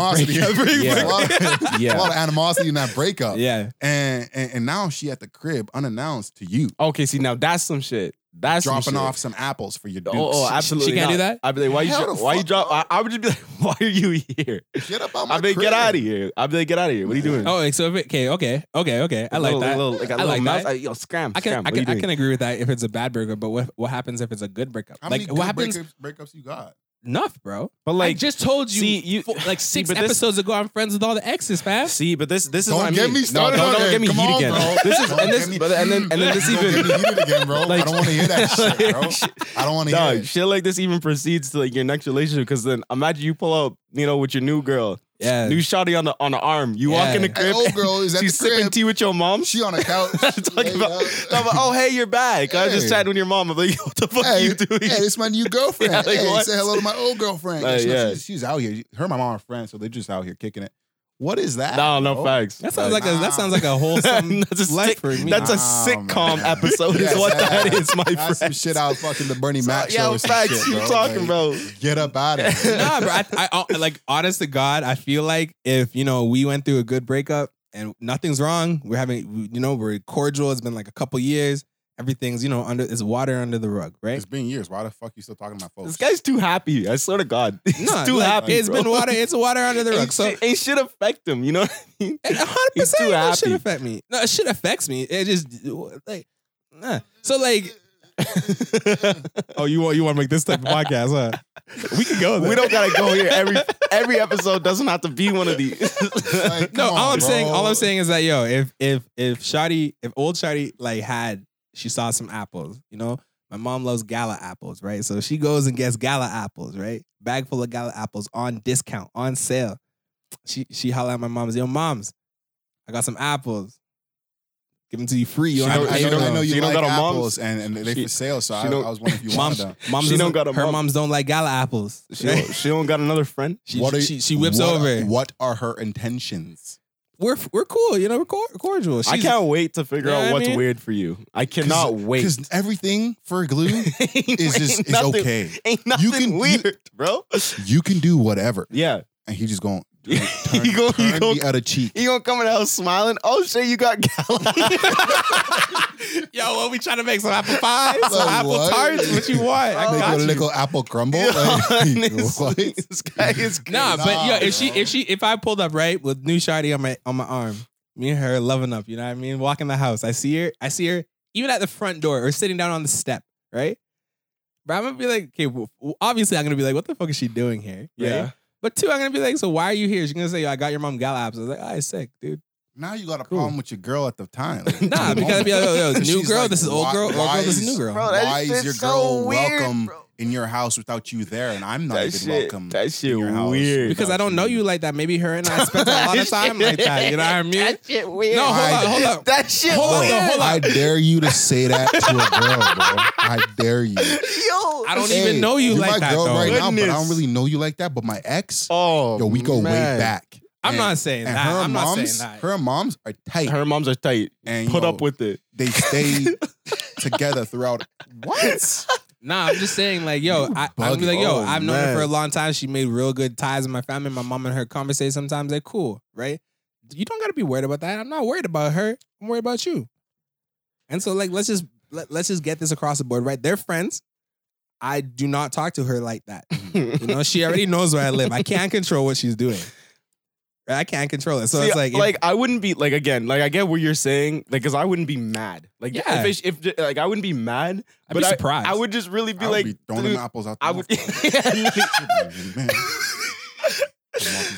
Speaker 3: animosity.
Speaker 1: Yeah.
Speaker 3: [LAUGHS]
Speaker 2: breakup.
Speaker 3: There's a lot of- a lot
Speaker 1: yeah.
Speaker 3: of animosity in that breakup.
Speaker 2: [LAUGHS] yeah.
Speaker 3: And, and and now she at the crib unannounced to you,
Speaker 1: Okay, see now that's some shit. That's some
Speaker 3: dropping
Speaker 1: shit.
Speaker 3: off some apples for your dudes.
Speaker 1: Oh, oh,
Speaker 2: she
Speaker 1: absolutely.
Speaker 2: can't
Speaker 1: not.
Speaker 2: do that?
Speaker 1: I'd be like, why
Speaker 3: Hell
Speaker 1: you,
Speaker 3: the
Speaker 1: dro- why you
Speaker 3: fuck
Speaker 1: drop?
Speaker 3: no.
Speaker 1: I, I would just be like, [LAUGHS] why are you here?
Speaker 3: Get up out my
Speaker 1: I'd be like, get
Speaker 3: crib.
Speaker 1: out of here. I'd be like, get out of here. What are you doing?
Speaker 2: Oh, so if it, okay, okay, okay, okay. I like
Speaker 1: Little-
Speaker 2: that.
Speaker 1: Little, like a
Speaker 2: I
Speaker 1: little
Speaker 2: like
Speaker 1: mouse.
Speaker 2: that.
Speaker 1: I, yo, scram,
Speaker 2: I
Speaker 1: scram.
Speaker 2: can, I
Speaker 1: What are you
Speaker 2: can, I
Speaker 1: doing?
Speaker 2: can agree with that if it's a bad breakup, but what what happens if it's a good breakup?
Speaker 3: How many
Speaker 2: like
Speaker 3: good
Speaker 2: what happens?
Speaker 3: breakups, breakups you got?
Speaker 2: Enough, bro.
Speaker 1: but
Speaker 2: Like, I
Speaker 1: like,
Speaker 2: just told you,
Speaker 1: see, you- [LAUGHS]
Speaker 2: fo- like
Speaker 1: see,
Speaker 2: six
Speaker 1: but this-
Speaker 2: episodes ago, I'm friends with all the exes, fam.
Speaker 1: see, but this this is
Speaker 3: Don't
Speaker 1: what I
Speaker 3: get
Speaker 1: mean.
Speaker 3: me started
Speaker 1: no,
Speaker 3: on
Speaker 1: don't,
Speaker 3: that.
Speaker 1: don't get me
Speaker 3: Come
Speaker 1: heat
Speaker 3: on,
Speaker 1: again.
Speaker 3: bro.
Speaker 1: This is
Speaker 3: Don't
Speaker 1: and this,
Speaker 3: [LAUGHS] get me-
Speaker 1: but and then and then this
Speaker 3: Don't get me
Speaker 1: even.
Speaker 3: heated
Speaker 1: [LAUGHS]
Speaker 3: again, bro. I
Speaker 1: Like-
Speaker 3: don't want to hear that shit, bro. I don't want to hear
Speaker 1: Dog,
Speaker 3: it.
Speaker 1: shit like this even proceeds to like your next relationship because then imagine you pull up, you know, with your new girl,
Speaker 2: Yeah.
Speaker 1: new shotty on the on the arm. You walk in the
Speaker 2: Yeah.
Speaker 3: An
Speaker 1: crib,
Speaker 3: old
Speaker 1: and
Speaker 3: girl is at
Speaker 1: she's
Speaker 3: the
Speaker 1: sipping
Speaker 3: crib.
Speaker 1: tea with your mom.
Speaker 3: She on a couch.
Speaker 1: [LAUGHS] talking about,
Speaker 3: Hey,
Speaker 1: talking
Speaker 3: [LAUGHS]
Speaker 1: about, oh hey, you're back. I was just
Speaker 3: Hey.
Speaker 1: chatting with your mom. I'm like, what the fuck are
Speaker 3: Hey,
Speaker 1: you doing?
Speaker 3: hey, it's my new girlfriend.
Speaker 1: Yeah, like,
Speaker 3: hey,
Speaker 1: what?
Speaker 3: say hello to my old girlfriend.
Speaker 1: Like,
Speaker 3: She-
Speaker 1: yeah.
Speaker 3: she's, she's out here. Her and my mom are friends, so they're just out here kicking it. What is that?
Speaker 1: no, no
Speaker 3: bro?
Speaker 1: facts.
Speaker 2: that sounds
Speaker 1: Facts.
Speaker 2: like a that sounds like a
Speaker 1: [LAUGHS]
Speaker 2: wholesome
Speaker 1: that's a
Speaker 2: life
Speaker 1: sick-
Speaker 2: for me.
Speaker 1: That's a
Speaker 3: Nah,
Speaker 1: sitcom
Speaker 3: man.
Speaker 1: episode. Is
Speaker 3: Yes,
Speaker 1: what that
Speaker 3: yeah.
Speaker 1: is, my
Speaker 3: That's some
Speaker 1: friend.
Speaker 3: shit out fucking the
Speaker 1: [LAUGHS]
Speaker 3: Bernie
Speaker 1: So,
Speaker 3: Mac show.
Speaker 1: yeah,
Speaker 3: or some
Speaker 1: facts.
Speaker 3: shit,
Speaker 1: You
Speaker 3: bro.
Speaker 1: talking,
Speaker 3: Like,
Speaker 1: bro?
Speaker 3: [LAUGHS] Get up out of
Speaker 2: [LAUGHS]
Speaker 3: here.
Speaker 2: nah, bro. I, I, I- like honest to God, I feel like if you know we went through a good breakup and nothing's wrong, we're having you know we're cordial. It's been like a couple years. Everything's you know under it's water under the rug, right?
Speaker 3: It's been years. Why the fuck you still talking to my
Speaker 1: This
Speaker 3: folks?
Speaker 1: guy's too happy. I swear to God, he's
Speaker 2: Nah,
Speaker 1: too
Speaker 2: like,
Speaker 1: happy.
Speaker 2: It's
Speaker 1: bro.
Speaker 2: been water. It's water under the
Speaker 1: [LAUGHS]
Speaker 2: rug.
Speaker 1: Ain't,
Speaker 2: So
Speaker 1: shit, ain't shit affect him. You know what I mean?
Speaker 2: It 100
Speaker 1: [LAUGHS] He's too
Speaker 2: percent that shit
Speaker 1: happy.
Speaker 2: affect me. No, it shit affects me. It just like nah. so like [LAUGHS] oh you want you want to make this type of podcast, huh? We could go there.
Speaker 1: We don't gotta go here. Every every episode doesn't have to be one of these.
Speaker 3: Like,
Speaker 2: [LAUGHS] no,
Speaker 3: come
Speaker 2: all
Speaker 3: on,
Speaker 2: I'm saying,
Speaker 3: bro.
Speaker 2: all I'm saying is that yo, if if if Shotty, if old Shotty like had, she saw some apples, you know. My mom loves gala apples, right? So she goes and gets gala apples, right? Bag full of gala apples on discount, on sale. She she holla at my mom's, yo, moms, I got some apples. Give them to you free. You
Speaker 3: I,
Speaker 2: don't have to
Speaker 3: I,
Speaker 1: she
Speaker 2: pay
Speaker 3: know,
Speaker 2: for
Speaker 3: I
Speaker 2: them."
Speaker 3: know you
Speaker 1: she don't
Speaker 3: like
Speaker 1: got a mom's-
Speaker 3: apples and, and they
Speaker 1: she-
Speaker 3: for sale, so I,
Speaker 1: she don't-
Speaker 3: I was wondering if you
Speaker 2: Mom's-
Speaker 3: wanted them.
Speaker 2: Moms
Speaker 1: She don't
Speaker 2: doesn't-
Speaker 1: got a
Speaker 2: her
Speaker 1: mom.
Speaker 2: moms don't like gala apples.
Speaker 1: [LAUGHS] she, don't, she don't got another friend.
Speaker 2: [LAUGHS] She,
Speaker 3: What are-
Speaker 2: she, she whips
Speaker 3: what-
Speaker 2: over.
Speaker 3: What are her intentions?
Speaker 2: We're we're cool, you know. We're cor- cordial.
Speaker 1: I
Speaker 2: She's-
Speaker 1: can't wait to figure
Speaker 2: You know
Speaker 1: out
Speaker 2: what I
Speaker 1: what's
Speaker 2: mean?
Speaker 1: weird for you. I cannot wait.
Speaker 3: Because everything for
Speaker 2: [LAUGHS]
Speaker 1: [LAUGHS]
Speaker 3: glue
Speaker 1: Ain't-
Speaker 3: is just
Speaker 1: ain't
Speaker 3: is
Speaker 1: nothing-
Speaker 3: okay.
Speaker 1: Ain't nothing
Speaker 3: can- you-
Speaker 1: weird, bro.
Speaker 3: You can do whatever,
Speaker 1: Yeah,
Speaker 3: and he just
Speaker 2: [LAUGHS]
Speaker 3: going
Speaker 1: He
Speaker 3: turn,
Speaker 1: go- [LAUGHS] he
Speaker 3: turn
Speaker 1: go-
Speaker 3: the other cheek.
Speaker 1: you gonna come in the house smiling? Oh shit, you got [LAUGHS] gala.
Speaker 2: Yo, what we trying to make some apple pies,
Speaker 3: [LAUGHS]
Speaker 2: some
Speaker 3: Like,
Speaker 2: apple
Speaker 3: what? Oh,
Speaker 2: tarts? What you want? I
Speaker 1: Make
Speaker 2: got
Speaker 3: Make a
Speaker 2: you.
Speaker 3: little apple
Speaker 2: [LAUGHS]
Speaker 3: crumble. [LAUGHS]
Speaker 1: Yo,
Speaker 3: Like, what?
Speaker 1: honestly, this guy is crazy.
Speaker 2: Nah, but yo,
Speaker 3: Nah,
Speaker 2: if she
Speaker 3: bro.
Speaker 2: if she if I pulled up right with new shawty on my on my arm, me and her loving up, you know what I mean? Walking the house, I see her, I see her even at the front door or sitting down on the step, right? But I'm gonna be like, okay, well, obviously I'm gonna be like, what the fuck is she doing here? right?
Speaker 1: Yeah.
Speaker 2: But two, I'm gonna be like, so why are you here? She's gonna say, yo, I got your mom gal apps. I was like, ah, it's sick,
Speaker 3: [LAUGHS]
Speaker 2: dude.
Speaker 3: Now you got a
Speaker 2: Cool.
Speaker 3: problem with your girl at the time. Like, at
Speaker 2: Nah,
Speaker 3: the
Speaker 2: because I'd be like, yo, yo,
Speaker 3: moment.
Speaker 2: new
Speaker 3: [LAUGHS] She's
Speaker 2: girl,
Speaker 3: like,
Speaker 2: this is old
Speaker 3: why-
Speaker 2: girl, old girl, this
Speaker 3: why
Speaker 2: is new girl.
Speaker 1: Bro, that
Speaker 3: why is
Speaker 1: shit's
Speaker 3: your
Speaker 1: so
Speaker 3: girl
Speaker 1: weird,
Speaker 3: welcome
Speaker 1: bro.
Speaker 3: in your house without you there, and I'm not
Speaker 1: That
Speaker 3: even
Speaker 1: shit-
Speaker 3: welcome.
Speaker 1: that shit
Speaker 3: in your house
Speaker 1: weird.
Speaker 2: because I
Speaker 3: without
Speaker 2: don't know you like that. Maybe her and I
Speaker 3: [LAUGHS]
Speaker 2: spent a lot of time like that. You know what I mean?
Speaker 1: That shit weird.
Speaker 2: No, hold on, hold on.
Speaker 1: That shit
Speaker 2: Hold on,
Speaker 1: weird.
Speaker 2: hold on.
Speaker 3: I dare you to say that to a girl, bro. I dare you.
Speaker 1: Yo.
Speaker 2: I don't even know you
Speaker 3: you're
Speaker 2: like
Speaker 3: my
Speaker 2: that,
Speaker 3: girl
Speaker 2: though.
Speaker 3: right now, but I
Speaker 1: Goodness.
Speaker 3: don't really know you like that. But my ex,
Speaker 1: Oh,
Speaker 3: yo, we go
Speaker 1: man.
Speaker 3: way back.
Speaker 2: I'm
Speaker 3: And-
Speaker 2: not saying
Speaker 3: And
Speaker 2: that.
Speaker 3: her
Speaker 2: I'm
Speaker 3: moms,
Speaker 2: not saying that.
Speaker 3: her moms are tight,
Speaker 1: Her moms are tight.
Speaker 3: and you
Speaker 1: Put
Speaker 3: know,
Speaker 1: [LAUGHS] up with it. [LAUGHS]
Speaker 3: They stay together throughout. What?
Speaker 2: [LAUGHS] Nah, I'm just saying, like, yo,
Speaker 3: You
Speaker 2: I, I'm
Speaker 3: bugging.
Speaker 2: like, yo,
Speaker 3: Oh,
Speaker 2: I've known her for a
Speaker 3: man.
Speaker 2: long time. She made real good ties in my family. My mom and her conversate sometimes. They're cool, right? You don't gotta be worried about that. I'm not worried about her. I'm worried about you. And so, like, let's just let, let's just get this across the board, right? They're friends. I do not talk to her like that. You know, she already knows where I live. I can't control what she's doing. Right? I can't control it.
Speaker 1: [LAUGHS]
Speaker 2: So
Speaker 1: See,
Speaker 2: it's like, if-
Speaker 1: like I wouldn't be like again, like I get what you're saying, like because I wouldn't be mad, like
Speaker 2: Yeah.
Speaker 1: if, it- if like I wouldn't be mad,
Speaker 2: I'd be
Speaker 1: but I-
Speaker 2: surprised.
Speaker 1: I,
Speaker 2: [LAUGHS]
Speaker 1: would just really be
Speaker 3: I would
Speaker 1: like,
Speaker 3: be throwing
Speaker 1: dude,
Speaker 3: them apples out.
Speaker 1: I would. [LAUGHS]
Speaker 3: [LAUGHS] the mouth.
Speaker 2: [LAUGHS]
Speaker 3: Man.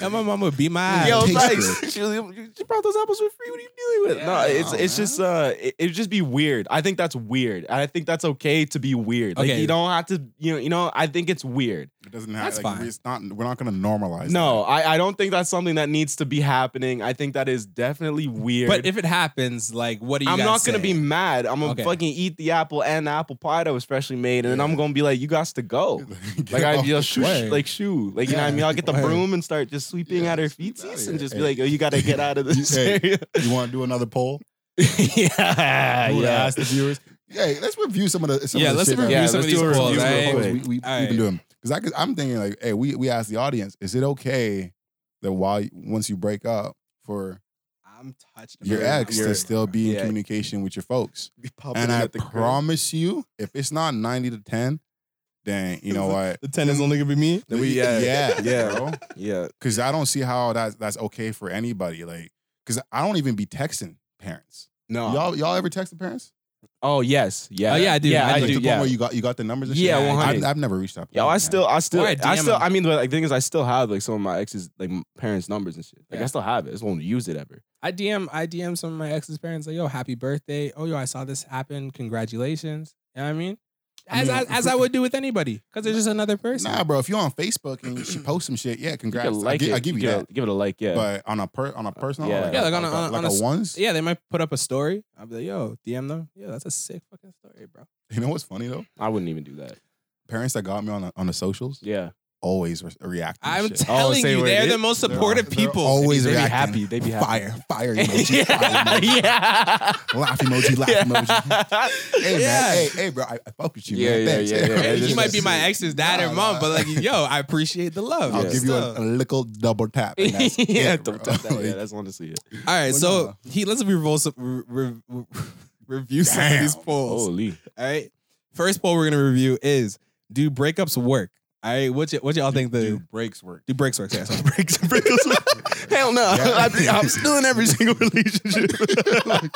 Speaker 2: and my mom would beat my ass.
Speaker 1: Yo,
Speaker 3: It tastes
Speaker 1: like [LAUGHS] she, she brought those apples for free. What are you dealing with? no,
Speaker 3: Yeah,
Speaker 1: it's
Speaker 3: no,
Speaker 1: it's
Speaker 3: man.
Speaker 1: just uh, it, it'd just be weird. I think that's weird. I think that's okay to be weird. Like
Speaker 2: Okay.
Speaker 1: you don't have to, you know, you know. I think it's weird.
Speaker 3: It doesn't have.
Speaker 2: That's
Speaker 3: like,
Speaker 2: fine.
Speaker 3: It's not. We're not going to normalize.
Speaker 1: No, I, I don't think that's something that needs to be happening. I think that is definitely weird.
Speaker 2: But if it happens, like, what do you
Speaker 1: I'm
Speaker 2: guys
Speaker 1: not gonna
Speaker 2: say?
Speaker 1: be mad. I'm gonna
Speaker 2: Okay.
Speaker 1: fucking eat the apple and the apple pie that was freshly made, and then I'm
Speaker 3: Yeah.
Speaker 1: gonna be like, "You got to go."
Speaker 2: [LAUGHS]
Speaker 3: that.
Speaker 1: Like I
Speaker 3: [LAUGHS] Get
Speaker 1: just
Speaker 3: off the
Speaker 1: shoo,
Speaker 2: way.
Speaker 1: like shoo, like you know what I mean. I'll get the
Speaker 2: Oh, [LAUGHS] Word.
Speaker 1: broom and start just sweeping
Speaker 3: Yeah,
Speaker 1: at her
Speaker 3: just get outta
Speaker 1: feeties
Speaker 3: here.
Speaker 1: and just be
Speaker 3: Hey.
Speaker 1: like, "Oh, you got to get out of
Speaker 2: [LAUGHS]
Speaker 1: this
Speaker 3: Hey.
Speaker 1: area."
Speaker 3: You want to do another poll? [LAUGHS]
Speaker 1: yeah,
Speaker 3: Who yeah.
Speaker 1: yeah.
Speaker 3: ask the viewers? Hey, let's review some of the. Some
Speaker 2: Yeah,
Speaker 3: of the
Speaker 2: let's
Speaker 3: shit
Speaker 2: review
Speaker 3: that-
Speaker 2: some of
Speaker 1: let's do
Speaker 2: these
Speaker 1: a review
Speaker 2: polls.
Speaker 1: real
Speaker 2: right?
Speaker 1: quick.
Speaker 3: we, we, we
Speaker 2: All
Speaker 3: been
Speaker 2: right.
Speaker 3: doing because I am thinking like, hey, we we asked the audience, is it okay that while once you break up for
Speaker 2: I'm touched.
Speaker 3: your
Speaker 1: Yeah,
Speaker 3: ex
Speaker 1: you're-
Speaker 3: to still be in
Speaker 1: yeah.
Speaker 3: communication with your folks?
Speaker 1: Be popping
Speaker 3: And
Speaker 1: in
Speaker 3: I
Speaker 1: at the crib.
Speaker 3: promise you, if it's not ninety to ten, then you
Speaker 2: [LAUGHS]
Speaker 3: know what?
Speaker 2: The ten is only gonna be me.
Speaker 1: Then we- yeah,
Speaker 2: [LAUGHS]
Speaker 3: yeah,
Speaker 1: yeah.
Speaker 3: bro.
Speaker 1: Yeah,
Speaker 3: Because I don't see how that's that's okay for anybody. Like, because I don't even be texting parents.
Speaker 1: no.
Speaker 3: Y'all y'all ever text the parents?
Speaker 1: oh yes, yeah.
Speaker 2: Oh, yeah, I do,
Speaker 1: Yeah,
Speaker 2: I
Speaker 1: I
Speaker 3: like
Speaker 1: do.
Speaker 2: do,
Speaker 3: to the point
Speaker 1: yeah.
Speaker 3: where you got you got the numbers. And
Speaker 1: Yeah,
Speaker 3: shit?
Speaker 1: 100.
Speaker 3: I've, I've never reached that.
Speaker 1: Yo,
Speaker 3: point,
Speaker 1: I
Speaker 3: man.
Speaker 1: still, I still,
Speaker 2: Or
Speaker 1: I
Speaker 2: a
Speaker 1: still.
Speaker 2: DM 'em.
Speaker 1: I mean, like, the thing is, I still have like some of my ex's, like m- parents' numbers and shit. Like,
Speaker 2: Yeah.
Speaker 1: I still have it. I just won't use it ever.
Speaker 2: I DM I DM some of my ex's parents like, yo, happy birthday. Oh yo, I saw this happen. Congratulations. You know what I mean?
Speaker 3: I
Speaker 2: As I,
Speaker 3: mean,
Speaker 2: as I would do with anybody, because there's just another person.
Speaker 3: Nah, bro. If you're on Facebook and she posts some shit, yeah,
Speaker 1: You
Speaker 3: congrats.
Speaker 1: can like
Speaker 3: I, gi-
Speaker 1: it.
Speaker 3: I give you,
Speaker 1: can
Speaker 3: that.
Speaker 1: Give it a like. Yeah.
Speaker 3: But on a per on a personal,
Speaker 1: yeah.
Speaker 3: like,
Speaker 1: Yeah,
Speaker 2: like on a-
Speaker 3: like
Speaker 2: on a- on a s-
Speaker 3: ones.
Speaker 2: yeah, they might put up a story. I'll be like, yo, DM them. Yeah, that's a sick fucking story, bro.
Speaker 3: You know what's funny though?
Speaker 1: I wouldn't even do that.
Speaker 3: Parents that got me on the, on the socials
Speaker 1: Yeah.
Speaker 3: always re- react. to
Speaker 2: I'm
Speaker 3: shit.
Speaker 2: telling
Speaker 1: say
Speaker 2: you,
Speaker 1: what it
Speaker 2: they're the
Speaker 1: is.
Speaker 2: most
Speaker 3: They're-
Speaker 2: supportive
Speaker 3: they're
Speaker 2: people.
Speaker 3: Always
Speaker 1: They'd be
Speaker 3: reacting.
Speaker 1: happy. They'd be happy.
Speaker 3: Fire, fire
Speaker 1: [LAUGHS]
Speaker 3: emoji, [LAUGHS] fire
Speaker 1: yeah.
Speaker 3: emoji,
Speaker 1: yeah. [LAUGHS]
Speaker 3: laugh emoji, laugh emoji. Hey
Speaker 2: Yeah.
Speaker 3: man, hey, hey bro, I, I fuck with you.
Speaker 1: Yeah,
Speaker 3: man.
Speaker 1: yeah,
Speaker 3: Thanks.
Speaker 1: yeah,
Speaker 3: [LAUGHS]
Speaker 1: yeah.
Speaker 2: Hey,
Speaker 1: It's
Speaker 2: you
Speaker 1: just-
Speaker 2: might be my ex's dad
Speaker 3: Nah,
Speaker 2: or mom,
Speaker 3: nah.
Speaker 2: but like, yo, I appreciate the love.
Speaker 3: I'll
Speaker 1: Yeah.
Speaker 3: give you
Speaker 2: Still.
Speaker 3: a, a little double tap.
Speaker 1: [LAUGHS]
Speaker 3: in
Speaker 1: yeah, [LAUGHS]
Speaker 3: that.
Speaker 1: don't
Speaker 3: bro.
Speaker 1: touch that. yeah,
Speaker 3: [LAUGHS] Like,
Speaker 1: that's honestly it.
Speaker 2: All right,
Speaker 3: Well,
Speaker 2: so
Speaker 3: nah.
Speaker 2: he let's review some, re, re- [LAUGHS] review some of
Speaker 3: Damn. Oh.
Speaker 2: these polls.
Speaker 1: Holy.
Speaker 2: All right, first poll we're gonna review is: Do breakups work? All right, what y- what y'all think the
Speaker 3: dude,
Speaker 2: do,
Speaker 3: breaks work.
Speaker 2: breaks work? Yeah, sorry.
Speaker 1: breaks breaks. [LAUGHS] Hell no.
Speaker 3: Yeah.
Speaker 1: [LAUGHS] I, am still in
Speaker 3: [LAUGHS]
Speaker 1: every single [LAUGHS] relationship.
Speaker 3: I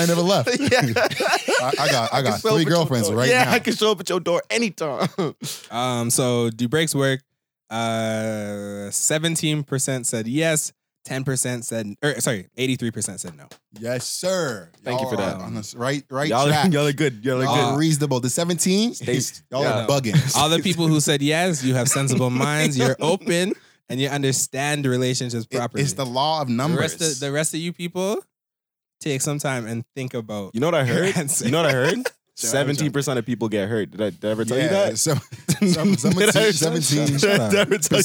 Speaker 3: ain't
Speaker 1: [LAUGHS]
Speaker 3: never [LAUGHS] left.
Speaker 1: yeah.
Speaker 3: I, I got I
Speaker 1: can
Speaker 3: got
Speaker 1: show up
Speaker 3: three
Speaker 1: at your
Speaker 3: girlfriends
Speaker 1: door.
Speaker 3: right
Speaker 1: yeah,
Speaker 3: now.
Speaker 1: I can show up at your door anytime.
Speaker 2: um, so do breaks work? Uh, seventeen percent said yes, ten percent said, or sorry, eighty-three percent said no.
Speaker 3: [LAUGHS] Yes, sir.
Speaker 1: Thank you
Speaker 3: Y'all
Speaker 1: for that.
Speaker 3: are On this right, right
Speaker 1: y'all, [LAUGHS]
Speaker 3: track.
Speaker 1: y'all are good. Y'all are
Speaker 3: Y'all
Speaker 1: good.
Speaker 3: are reasonable. The 17, [LAUGHS]
Speaker 1: Stay-
Speaker 3: y'all
Speaker 1: yeah.
Speaker 3: are
Speaker 1: [LAUGHS]
Speaker 3: bugging.
Speaker 2: All the people who said yes, you have sensible
Speaker 3: [LAUGHS]
Speaker 2: minds, you're open, and you understand relationships
Speaker 3: It-
Speaker 2: properly.
Speaker 3: it's the law of
Speaker 2: the
Speaker 3: numbers.
Speaker 2: rest of the rest of you people take some time and think about
Speaker 1: You know what I
Speaker 2: your [LAUGHS]
Speaker 1: heard?
Speaker 2: answer.
Speaker 1: You know what I heard?
Speaker 3: [LAUGHS] Shout out,
Speaker 1: Seventeen percent of people get hurt. Did I, did I ever tell you that?
Speaker 3: Some, some,
Speaker 1: [LAUGHS] Did I ever tell you- [LAUGHS]
Speaker 3: 17
Speaker 1: Did I ever tell you?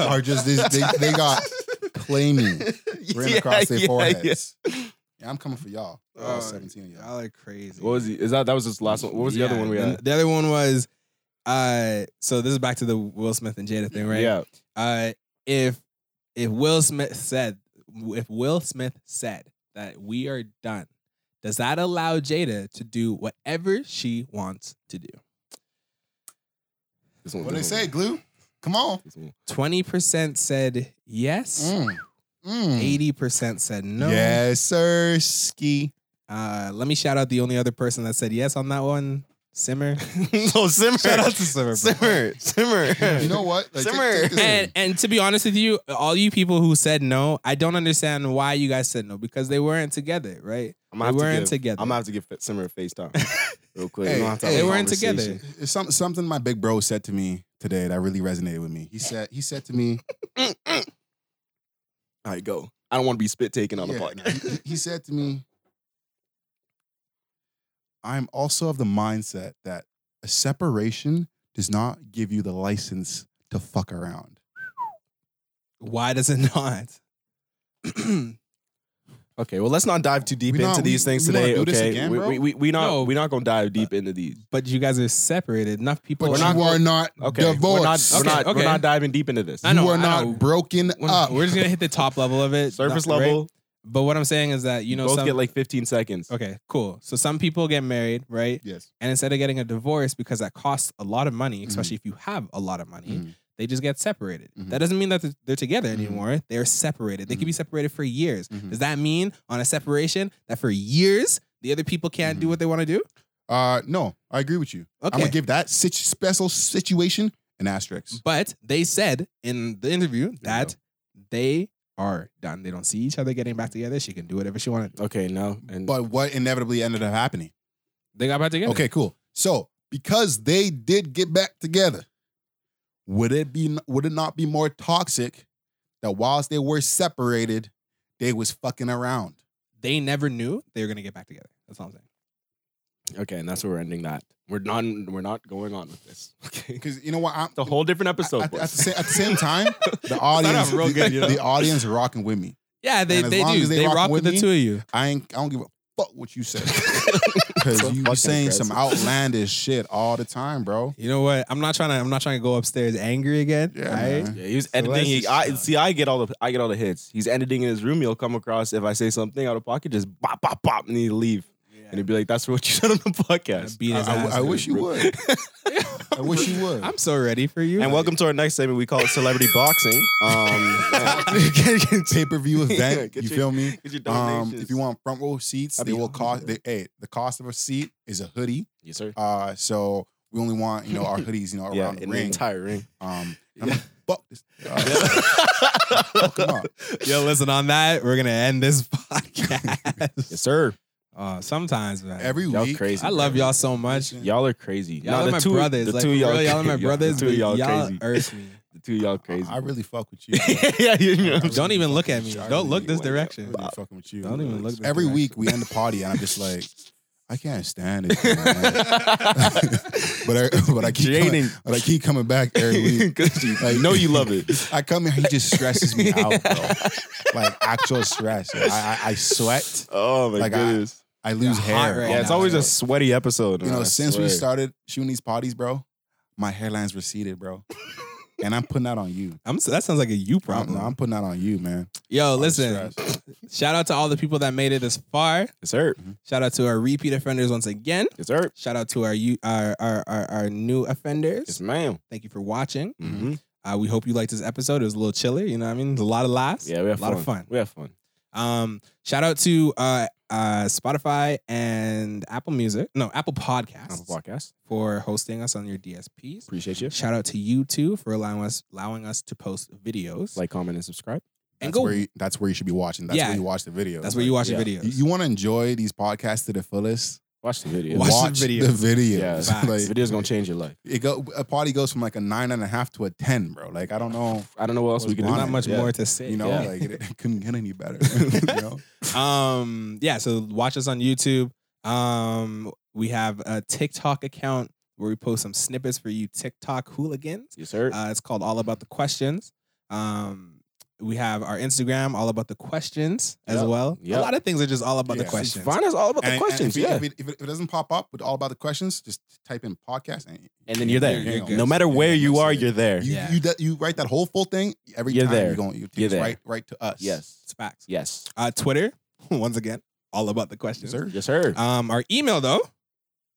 Speaker 1: [LAUGHS]
Speaker 3: [LAUGHS] are just this, they, they got claiming ran across their
Speaker 1: yeah, yeah.
Speaker 3: foreheads. Yeah, I'm coming for y'all. All
Speaker 2: Oh,
Speaker 3: 17 of y'all.
Speaker 2: Y'all are crazy.
Speaker 1: What was he? Is that that was his last one? What was the other
Speaker 2: Yeah,
Speaker 1: one we
Speaker 2: the-
Speaker 1: had?
Speaker 2: The other one was, uh, so this is back to the Will Smith and Jada thing, right?
Speaker 1: Yeah.
Speaker 2: Uh, if if Will Smith said, if Will Smith said that we are done, does that allow Jada to do whatever she wants to do?
Speaker 1: This one.
Speaker 3: What they
Speaker 1: this
Speaker 3: say,
Speaker 1: one,
Speaker 3: glue? Come on.
Speaker 1: this one.
Speaker 2: Twenty percent said yes.
Speaker 3: Mm. Mm.
Speaker 2: Eighty percent said no.
Speaker 1: [LAUGHS]
Speaker 3: Yes, sir. Ski.
Speaker 2: Uh, let me shout out the only other person that said yes on that one,
Speaker 1: [LAUGHS]
Speaker 2: Simmer.
Speaker 1: so simmer.
Speaker 2: shout
Speaker 1: [LAUGHS]
Speaker 2: out to Simmer. bro.
Speaker 1: simmer. Simmer.
Speaker 3: You know what? Like, take-
Speaker 1: Simmer.
Speaker 3: take this in.
Speaker 2: And and to be honest with you, all you people who said no, I don't understand why you guys said no because they weren't together, right?
Speaker 1: I'm gonna
Speaker 2: They
Speaker 1: have to
Speaker 2: weren't
Speaker 1: give-
Speaker 2: together.
Speaker 1: I'm gonna have to give Simmer a FaceTime real quick.
Speaker 3: [LAUGHS] Hey,
Speaker 1: We're gonna have to have
Speaker 3: hey,
Speaker 1: a
Speaker 3: they
Speaker 2: weren't together.
Speaker 1: conversation.
Speaker 3: It's some, something my big bro said to me today that really resonated with me. He said he said to me,
Speaker 1: All right, go. I don't want to be spit taken on the
Speaker 3: Yeah,
Speaker 1: podcast.
Speaker 3: he, he said to me, I'm also of the mindset that a separation does not give you the license to fuck around.
Speaker 2: [LAUGHS] Why does it not?
Speaker 1: [LAUGHS] Okay, well, let's not dive too deep
Speaker 3: We
Speaker 1: into
Speaker 3: not-
Speaker 1: these
Speaker 3: we-
Speaker 1: things
Speaker 3: we wanna
Speaker 1: today.
Speaker 3: do this
Speaker 1: okay,
Speaker 3: again,
Speaker 1: we,
Speaker 3: bro? Uh,
Speaker 1: we, we, we not
Speaker 2: No.
Speaker 1: we not gonna dive deep into these.
Speaker 2: [CLEARS THROAT] But you guys are separated. Enough people.
Speaker 3: But
Speaker 2: are
Speaker 3: you
Speaker 2: not,
Speaker 3: are not
Speaker 1: Okay, we're not
Speaker 3: divorced.
Speaker 1: we're not
Speaker 2: Okay,
Speaker 1: we're not
Speaker 2: okay.
Speaker 1: diving deep into this.
Speaker 2: I know,
Speaker 3: you are
Speaker 2: I
Speaker 3: not
Speaker 2: know.
Speaker 3: broken
Speaker 2: we're,
Speaker 3: up.
Speaker 2: we're just gonna hit the top level of it.
Speaker 1: Surface
Speaker 2: not- right?
Speaker 1: level,
Speaker 2: But what I'm saying is that you know
Speaker 1: both
Speaker 2: some.
Speaker 1: get like 15 seconds.
Speaker 2: okay, cool. So some people get married, right? [LAUGHS]
Speaker 3: yes.
Speaker 2: And instead of getting a divorce because that costs a lot of
Speaker 1: Mm-hmm.
Speaker 2: money, especially if you have a lot of money,
Speaker 3: Mhm.
Speaker 2: they just get separated.
Speaker 3: Mhm.
Speaker 2: That doesn't mean that they're- they're together
Speaker 3: Mhm.
Speaker 2: anymore. They're separated. They could
Speaker 3: Mhm.
Speaker 2: be separated for years.
Speaker 3: Mhm.
Speaker 2: Does that mean on a separation that for years the other people can't do
Speaker 3: Mhm.
Speaker 2: what they want to do?
Speaker 3: Uh, no, I agree with you. I'm
Speaker 2: Okay. Mm-hmm.
Speaker 3: gonna give that sit- special situation an asterisk.
Speaker 2: But they said in the interview that
Speaker 3: go.
Speaker 2: they are done. They don't see each other getting back together. She can do whatever she wanted.
Speaker 1: Okay, no, and
Speaker 3: But what inevitably ended up happening?
Speaker 2: They got back together.
Speaker 3: Okay, cool. So because they did get back together, would it be would it not be more toxic that whilst they were separated, they was fucking around?
Speaker 2: They never knew they were gonna get back together. That's all I'm saying.
Speaker 1: okay, and that's where we're ending that. We're not we're not going on with this. [LAUGHS] Okay, it's
Speaker 3: Because you know what? I'm,
Speaker 1: a whole different episode.
Speaker 3: at, at the
Speaker 1: boys. [LAUGHS]
Speaker 3: same, at the same
Speaker 2: [LAUGHS]
Speaker 3: time, the
Speaker 2: off
Speaker 3: audience,
Speaker 2: real good,
Speaker 3: the,
Speaker 2: you know?
Speaker 3: the audience, rocking with me.
Speaker 2: Yeah, they,
Speaker 3: And as
Speaker 2: they
Speaker 3: long
Speaker 2: do.
Speaker 3: as
Speaker 2: They,
Speaker 3: they
Speaker 2: rock,
Speaker 3: rock with
Speaker 2: with the
Speaker 3: me,
Speaker 2: two of you.
Speaker 3: I ain't. I don't give a fuck what you
Speaker 2: [LAUGHS]
Speaker 3: say because
Speaker 1: So
Speaker 3: you
Speaker 1: fucking
Speaker 3: be saying some
Speaker 1: aggressive.
Speaker 3: outlandish shit all the time, bro.
Speaker 2: You know what? I'm not trying to. I'm not trying to go upstairs angry again.
Speaker 3: Yeah,
Speaker 2: right?
Speaker 3: man.
Speaker 1: Yeah, he was
Speaker 2: So
Speaker 1: editing.
Speaker 2: that's
Speaker 1: He,
Speaker 2: just
Speaker 1: I
Speaker 2: suck.
Speaker 1: see. I get all the I get all the hits. He's editing in his room. He'll come across if I say something out of pocket, just bop bop bop, and he'll leave. And he'd be like, "That's what you said on the [LAUGHS] podcast."
Speaker 2: Gonna beat his
Speaker 3: I- I-
Speaker 2: ass,
Speaker 3: I
Speaker 2: dude.
Speaker 3: wish you
Speaker 2: [LAUGHS]
Speaker 3: would. I wish you would.
Speaker 2: I'm so ready for you.
Speaker 1: And welcome to our next segment. We call it celebrity boxing.
Speaker 2: [LAUGHS]
Speaker 3: [LAUGHS]
Speaker 1: Um, yeah.
Speaker 3: Pay per view event.
Speaker 1: [LAUGHS] Get
Speaker 3: you
Speaker 1: your-
Speaker 3: feel me?
Speaker 1: Get your
Speaker 3: Um,
Speaker 1: donations.
Speaker 3: if you want front row seats,
Speaker 1: That'd
Speaker 3: they
Speaker 1: be
Speaker 3: will cost. They,
Speaker 1: hungry.
Speaker 3: hey, the cost of a seat is a hoodie.
Speaker 1: yes, sir.
Speaker 3: Uh, so we only want you know
Speaker 2: [LAUGHS]
Speaker 3: our hoodies, you know,
Speaker 1: Yeah,
Speaker 3: around the
Speaker 1: in the
Speaker 3: ring.
Speaker 1: entire [LAUGHS] ring.
Speaker 3: um,
Speaker 1: Yeah.
Speaker 3: I'm like, fuck this.
Speaker 1: [LAUGHS]
Speaker 3: [LAUGHS] Uh,
Speaker 1: Fuck
Speaker 3: him up.
Speaker 1: [LAUGHS]
Speaker 2: Yo, listen. On that, we're gonna end this [LAUGHS] podcast. [LAUGHS]
Speaker 1: Yes, sir.
Speaker 2: oh, sometimes, man.
Speaker 3: every
Speaker 1: Y'all
Speaker 3: week,
Speaker 1: crazy.
Speaker 2: I love y'all so much.
Speaker 3: Listen,
Speaker 1: Y'all are crazy.
Speaker 2: Y'all
Speaker 1: Nah,
Speaker 2: are
Speaker 1: the
Speaker 2: my
Speaker 1: two,
Speaker 2: brothers.
Speaker 1: The
Speaker 2: like,
Speaker 1: two
Speaker 2: for
Speaker 1: of y'all,
Speaker 2: real, y'all are my
Speaker 1: crazy.
Speaker 2: brothers.
Speaker 1: The two of y'all,
Speaker 2: but y'all
Speaker 1: crazy. [LAUGHS]
Speaker 2: irk me.
Speaker 1: The two of y'all
Speaker 2: [LAUGHS]
Speaker 1: crazy.
Speaker 3: I really fuck
Speaker 1: [LAUGHS]
Speaker 3: with you.
Speaker 1: yeah, you know.
Speaker 3: I really
Speaker 2: Don't even
Speaker 3: fuck
Speaker 2: look at
Speaker 3: with
Speaker 2: me.
Speaker 3: you. I
Speaker 2: Don't
Speaker 3: really
Speaker 2: look this
Speaker 3: fuck- I
Speaker 2: direction.
Speaker 3: really fucking with you.
Speaker 2: Don't even look this
Speaker 3: Every
Speaker 2: direction.
Speaker 3: week we end the party, and I'm just like, I can't stand it. man.
Speaker 1: [LAUGHS]
Speaker 3: but I, [LAUGHS] but I keep coming,
Speaker 1: Jaden.
Speaker 3: but I keep coming back
Speaker 1: [LAUGHS]
Speaker 3: every
Speaker 2: [LAUGHS]
Speaker 3: week.
Speaker 1: I know you love it.
Speaker 3: I come here, he just stresses me out, bro.
Speaker 1: [LAUGHS]
Speaker 3: Like actual stress. I, I, I sweat.
Speaker 1: Oh my
Speaker 3: Like, I-
Speaker 1: goodness.
Speaker 3: I lose
Speaker 2: You're hot
Speaker 3: hair.
Speaker 2: right
Speaker 3: all
Speaker 1: yeah, it's
Speaker 3: the
Speaker 2: now,
Speaker 1: always
Speaker 3: time.
Speaker 1: a sweaty episode.
Speaker 3: you know,
Speaker 1: I
Speaker 3: since we
Speaker 1: swear.
Speaker 3: started shooting these parties, bro, my hairline's
Speaker 1: [LAUGHS]
Speaker 3: receded, bro. and I'm putting that on you.
Speaker 2: I'm, so- that sounds like a you
Speaker 3: I'm,
Speaker 2: problem.
Speaker 3: I'm putting that on you, man.
Speaker 2: Yo,
Speaker 3: I'm
Speaker 2: Oh, listen.
Speaker 3: stressed.
Speaker 2: Shout out to all the people that made it this far.
Speaker 1: Yes, sir.
Speaker 2: Shout out to our repeat offenders once again.
Speaker 1: Yes, sir.
Speaker 2: Shout out to our you our our, our, our new offenders.
Speaker 1: Yes, ma'am.
Speaker 2: Thank you for watching.
Speaker 1: hmm
Speaker 2: Uh, we hope you liked this episode. It was a little chilly, you know what I mean? A lot of laughs.
Speaker 1: Yeah, we have
Speaker 2: a lot
Speaker 1: fun.
Speaker 2: of fun.
Speaker 1: We have fun.
Speaker 2: Um, shout out to uh, uh, Spotify and Apple Music, no, Apple Podcasts
Speaker 1: Apple Podcast.
Speaker 2: for hosting us on your DSPs.
Speaker 1: Appreciate you.
Speaker 2: Shout out to YouTube for allowing us allowing us to post videos.
Speaker 1: Like, comment, and subscribe.
Speaker 2: and
Speaker 3: That's
Speaker 2: go.
Speaker 3: where you, that's where you should be watching. That's
Speaker 2: Yeah.
Speaker 3: where you watch the video.
Speaker 2: that's where you watch your videos.
Speaker 3: You, want to enjoy these podcasts to the fullest.
Speaker 1: Watch the video.
Speaker 2: Watch the
Speaker 3: the
Speaker 2: video.
Speaker 3: video.
Speaker 1: Yeah,
Speaker 2: facts.
Speaker 1: The
Speaker 3: like,
Speaker 1: video's gonna change your life.
Speaker 3: it go, a party goes from like a nine and a half to a ten, bro. Like I don't know,
Speaker 1: I don't know what else we can
Speaker 3: What's
Speaker 1: do.
Speaker 3: going
Speaker 2: Not
Speaker 3: on?
Speaker 2: much
Speaker 1: Yeah.
Speaker 2: more to say.
Speaker 3: you know,
Speaker 1: Yeah.
Speaker 3: like it, it couldn't get any
Speaker 2: [LAUGHS]
Speaker 3: better. [LAUGHS] you know? [LAUGHS]
Speaker 2: um yeah so watch us on youtube um we have a tiktok account where we post some snippets for you tiktok hooligans
Speaker 1: Yes, sir.
Speaker 2: uh, it's called all about the questions um we have our instagram all about the questions as
Speaker 1: Yep.
Speaker 2: well
Speaker 1: Yep.
Speaker 2: a lot of things are just all about
Speaker 3: Yeah.
Speaker 2: the
Speaker 3: It's
Speaker 2: questions
Speaker 1: Find us all about
Speaker 3: And-
Speaker 1: the
Speaker 3: and
Speaker 1: questions.
Speaker 3: if, it-
Speaker 1: yeah.
Speaker 3: if, it, if, it, if it doesn't pop up with all about the questions, just type in podcast and
Speaker 1: and then you're there.
Speaker 2: You're good.
Speaker 1: No matter where you are,
Speaker 3: you're.
Speaker 1: you're there.
Speaker 3: You,
Speaker 2: Yeah.
Speaker 3: you that- you write that whole full thing every
Speaker 1: You're
Speaker 3: time
Speaker 1: there.
Speaker 3: you go you
Speaker 1: You're
Speaker 3: text
Speaker 1: there.
Speaker 3: right right to us.
Speaker 1: Yes.
Speaker 2: it's facts
Speaker 1: Yes.
Speaker 2: uh twitter [LAUGHS] once again all about the questions
Speaker 3: Sir.
Speaker 1: Yes, sir.
Speaker 2: um our email though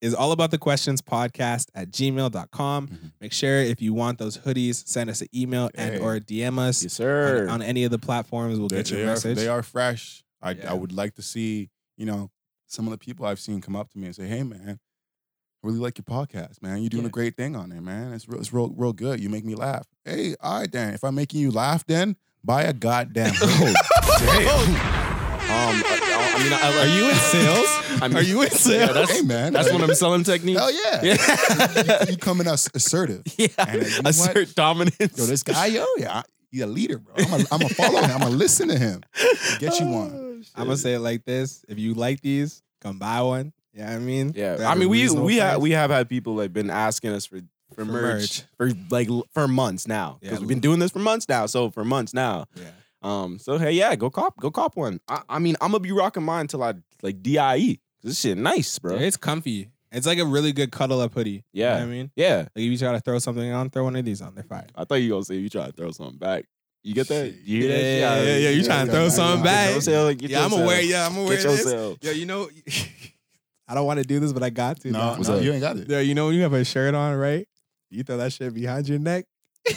Speaker 2: is all about the questions podcast at gmail.com
Speaker 1: Mm-hmm.
Speaker 3: Mhm.
Speaker 2: make sure if you want those hoodies send us an email and
Speaker 3: Hey.
Speaker 2: or dm us
Speaker 1: yes,
Speaker 2: on,
Speaker 1: sir.
Speaker 2: on any of the platforms. We'll
Speaker 3: They,
Speaker 2: get your
Speaker 3: they are,
Speaker 2: message.
Speaker 3: they are fresh. I
Speaker 2: Yeah.
Speaker 3: I would like to see, you know, some of the people I've seen come up to me and say, "Hey man, I really like your podcast, man. You're doing
Speaker 2: Yeah.
Speaker 3: a great thing on there, man. It's real, it's real real good. You make me laugh. Hey, all right then. If I'm making you laugh then, buy a
Speaker 1: [LAUGHS]
Speaker 3: goddamn
Speaker 1: Oh,
Speaker 3: hoodie.
Speaker 1: Um, I, I- I mean, I,
Speaker 2: Are you in sales?
Speaker 1: I mean,
Speaker 2: Are you in sales?
Speaker 1: Yeah, that's
Speaker 3: hey man.
Speaker 1: that's
Speaker 3: like,
Speaker 1: one of them selling techniques.
Speaker 3: [LAUGHS] Hell yeah.
Speaker 1: Yeah.
Speaker 3: you, you coming out assertive.
Speaker 1: yeah.
Speaker 3: And, uh, you know what?
Speaker 1: Assert dominance.
Speaker 3: Yo, this guy, yo, yeah, I- he a leader, bro. I'm a, I'm a follow him. I'm a listen to him. Get you one.
Speaker 2: I'm gonna say it like this: If you like these, come buy one. Yeah, I mean,
Speaker 1: Yeah,
Speaker 2: They're
Speaker 1: I mean, we
Speaker 2: reasonable
Speaker 1: we
Speaker 2: price.
Speaker 1: have we have had people like been asking us for for, merch, for like l- for months now
Speaker 2: Yeah,
Speaker 1: because we've been doing this for months now. So for months now,
Speaker 2: Yeah.
Speaker 1: Um, so hey, yeah, go cop, go cop one. I, I mean, I'm gonna be rocking mine till I like die. This shit nice, bro.
Speaker 2: It's comfy. It's like a really good cuddle up hoodie. You know
Speaker 1: Yeah.
Speaker 2: what I mean,
Speaker 1: yeah,
Speaker 2: like if you try to throw something on, throw one of these on. They're fine.
Speaker 1: I thought you gonna say you try to throw something back. You get that? You hear
Speaker 2: Yeah,
Speaker 1: that? shit?
Speaker 2: yeah, yeah, yeah, you trying to throw something
Speaker 1: Get
Speaker 2: back.
Speaker 1: yourself, get
Speaker 2: Yeah, I'm
Speaker 1: yourself.
Speaker 2: aware. Yeah, I'm aware
Speaker 1: Get
Speaker 2: of this.
Speaker 1: yourself.
Speaker 2: Yeah, you know, [LAUGHS] I don't want to do this, but I got to.
Speaker 3: No,
Speaker 2: now.
Speaker 1: What's
Speaker 3: no,
Speaker 1: up?
Speaker 3: you ain't got it.
Speaker 2: Yeah, you know when you have a shirt on, right? You throw that shit behind your neck. [LAUGHS]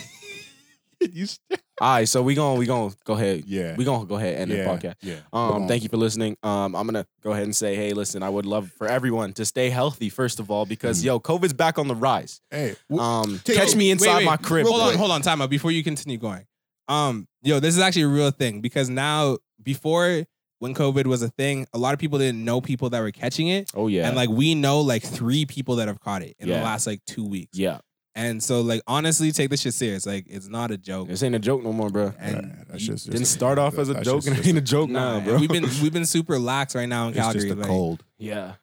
Speaker 2: you st-
Speaker 1: All right, so we gonna we gonna go ahead.
Speaker 3: Yeah.
Speaker 1: We gonna go ahead and end
Speaker 3: yeah.
Speaker 1: the podcast.
Speaker 3: Yeah.
Speaker 1: Um,
Speaker 3: Um,
Speaker 1: thank you for listening. Um, I'm gonna go ahead and say, hey, listen, I would love for everyone to stay healthy first of all because
Speaker 3: Mm.
Speaker 1: yo, COVID's back on the rise.
Speaker 3: Hey,
Speaker 1: Um,
Speaker 3: Yo,
Speaker 1: catch me inside
Speaker 2: wait, wait,
Speaker 1: my crib.
Speaker 2: Hold
Speaker 1: bro.
Speaker 2: on, hold on, time out before you continue going. Um, yo, this is actually a real thing because now before when COVID was a thing, a lot of people didn't know people that were catching it.
Speaker 1: Oh yeah,
Speaker 2: And like we know like three people that have caught it in the
Speaker 1: Yeah.
Speaker 2: last like two weeks.
Speaker 1: yeah,
Speaker 2: And so like honestly, take this shit serious. Like it's not a joke.
Speaker 1: this ain't a joke no more, bro.
Speaker 2: And
Speaker 3: yeah, that's
Speaker 2: [LAUGHS]
Speaker 3: just,
Speaker 1: Didn't start off as a joke and it ain't a joke
Speaker 2: Nah,
Speaker 1: now,
Speaker 2: and
Speaker 1: bro.
Speaker 2: We've been we've been super lax right now in
Speaker 3: It's
Speaker 2: Calgary.
Speaker 3: just a
Speaker 2: like,
Speaker 3: cold.
Speaker 1: yeah,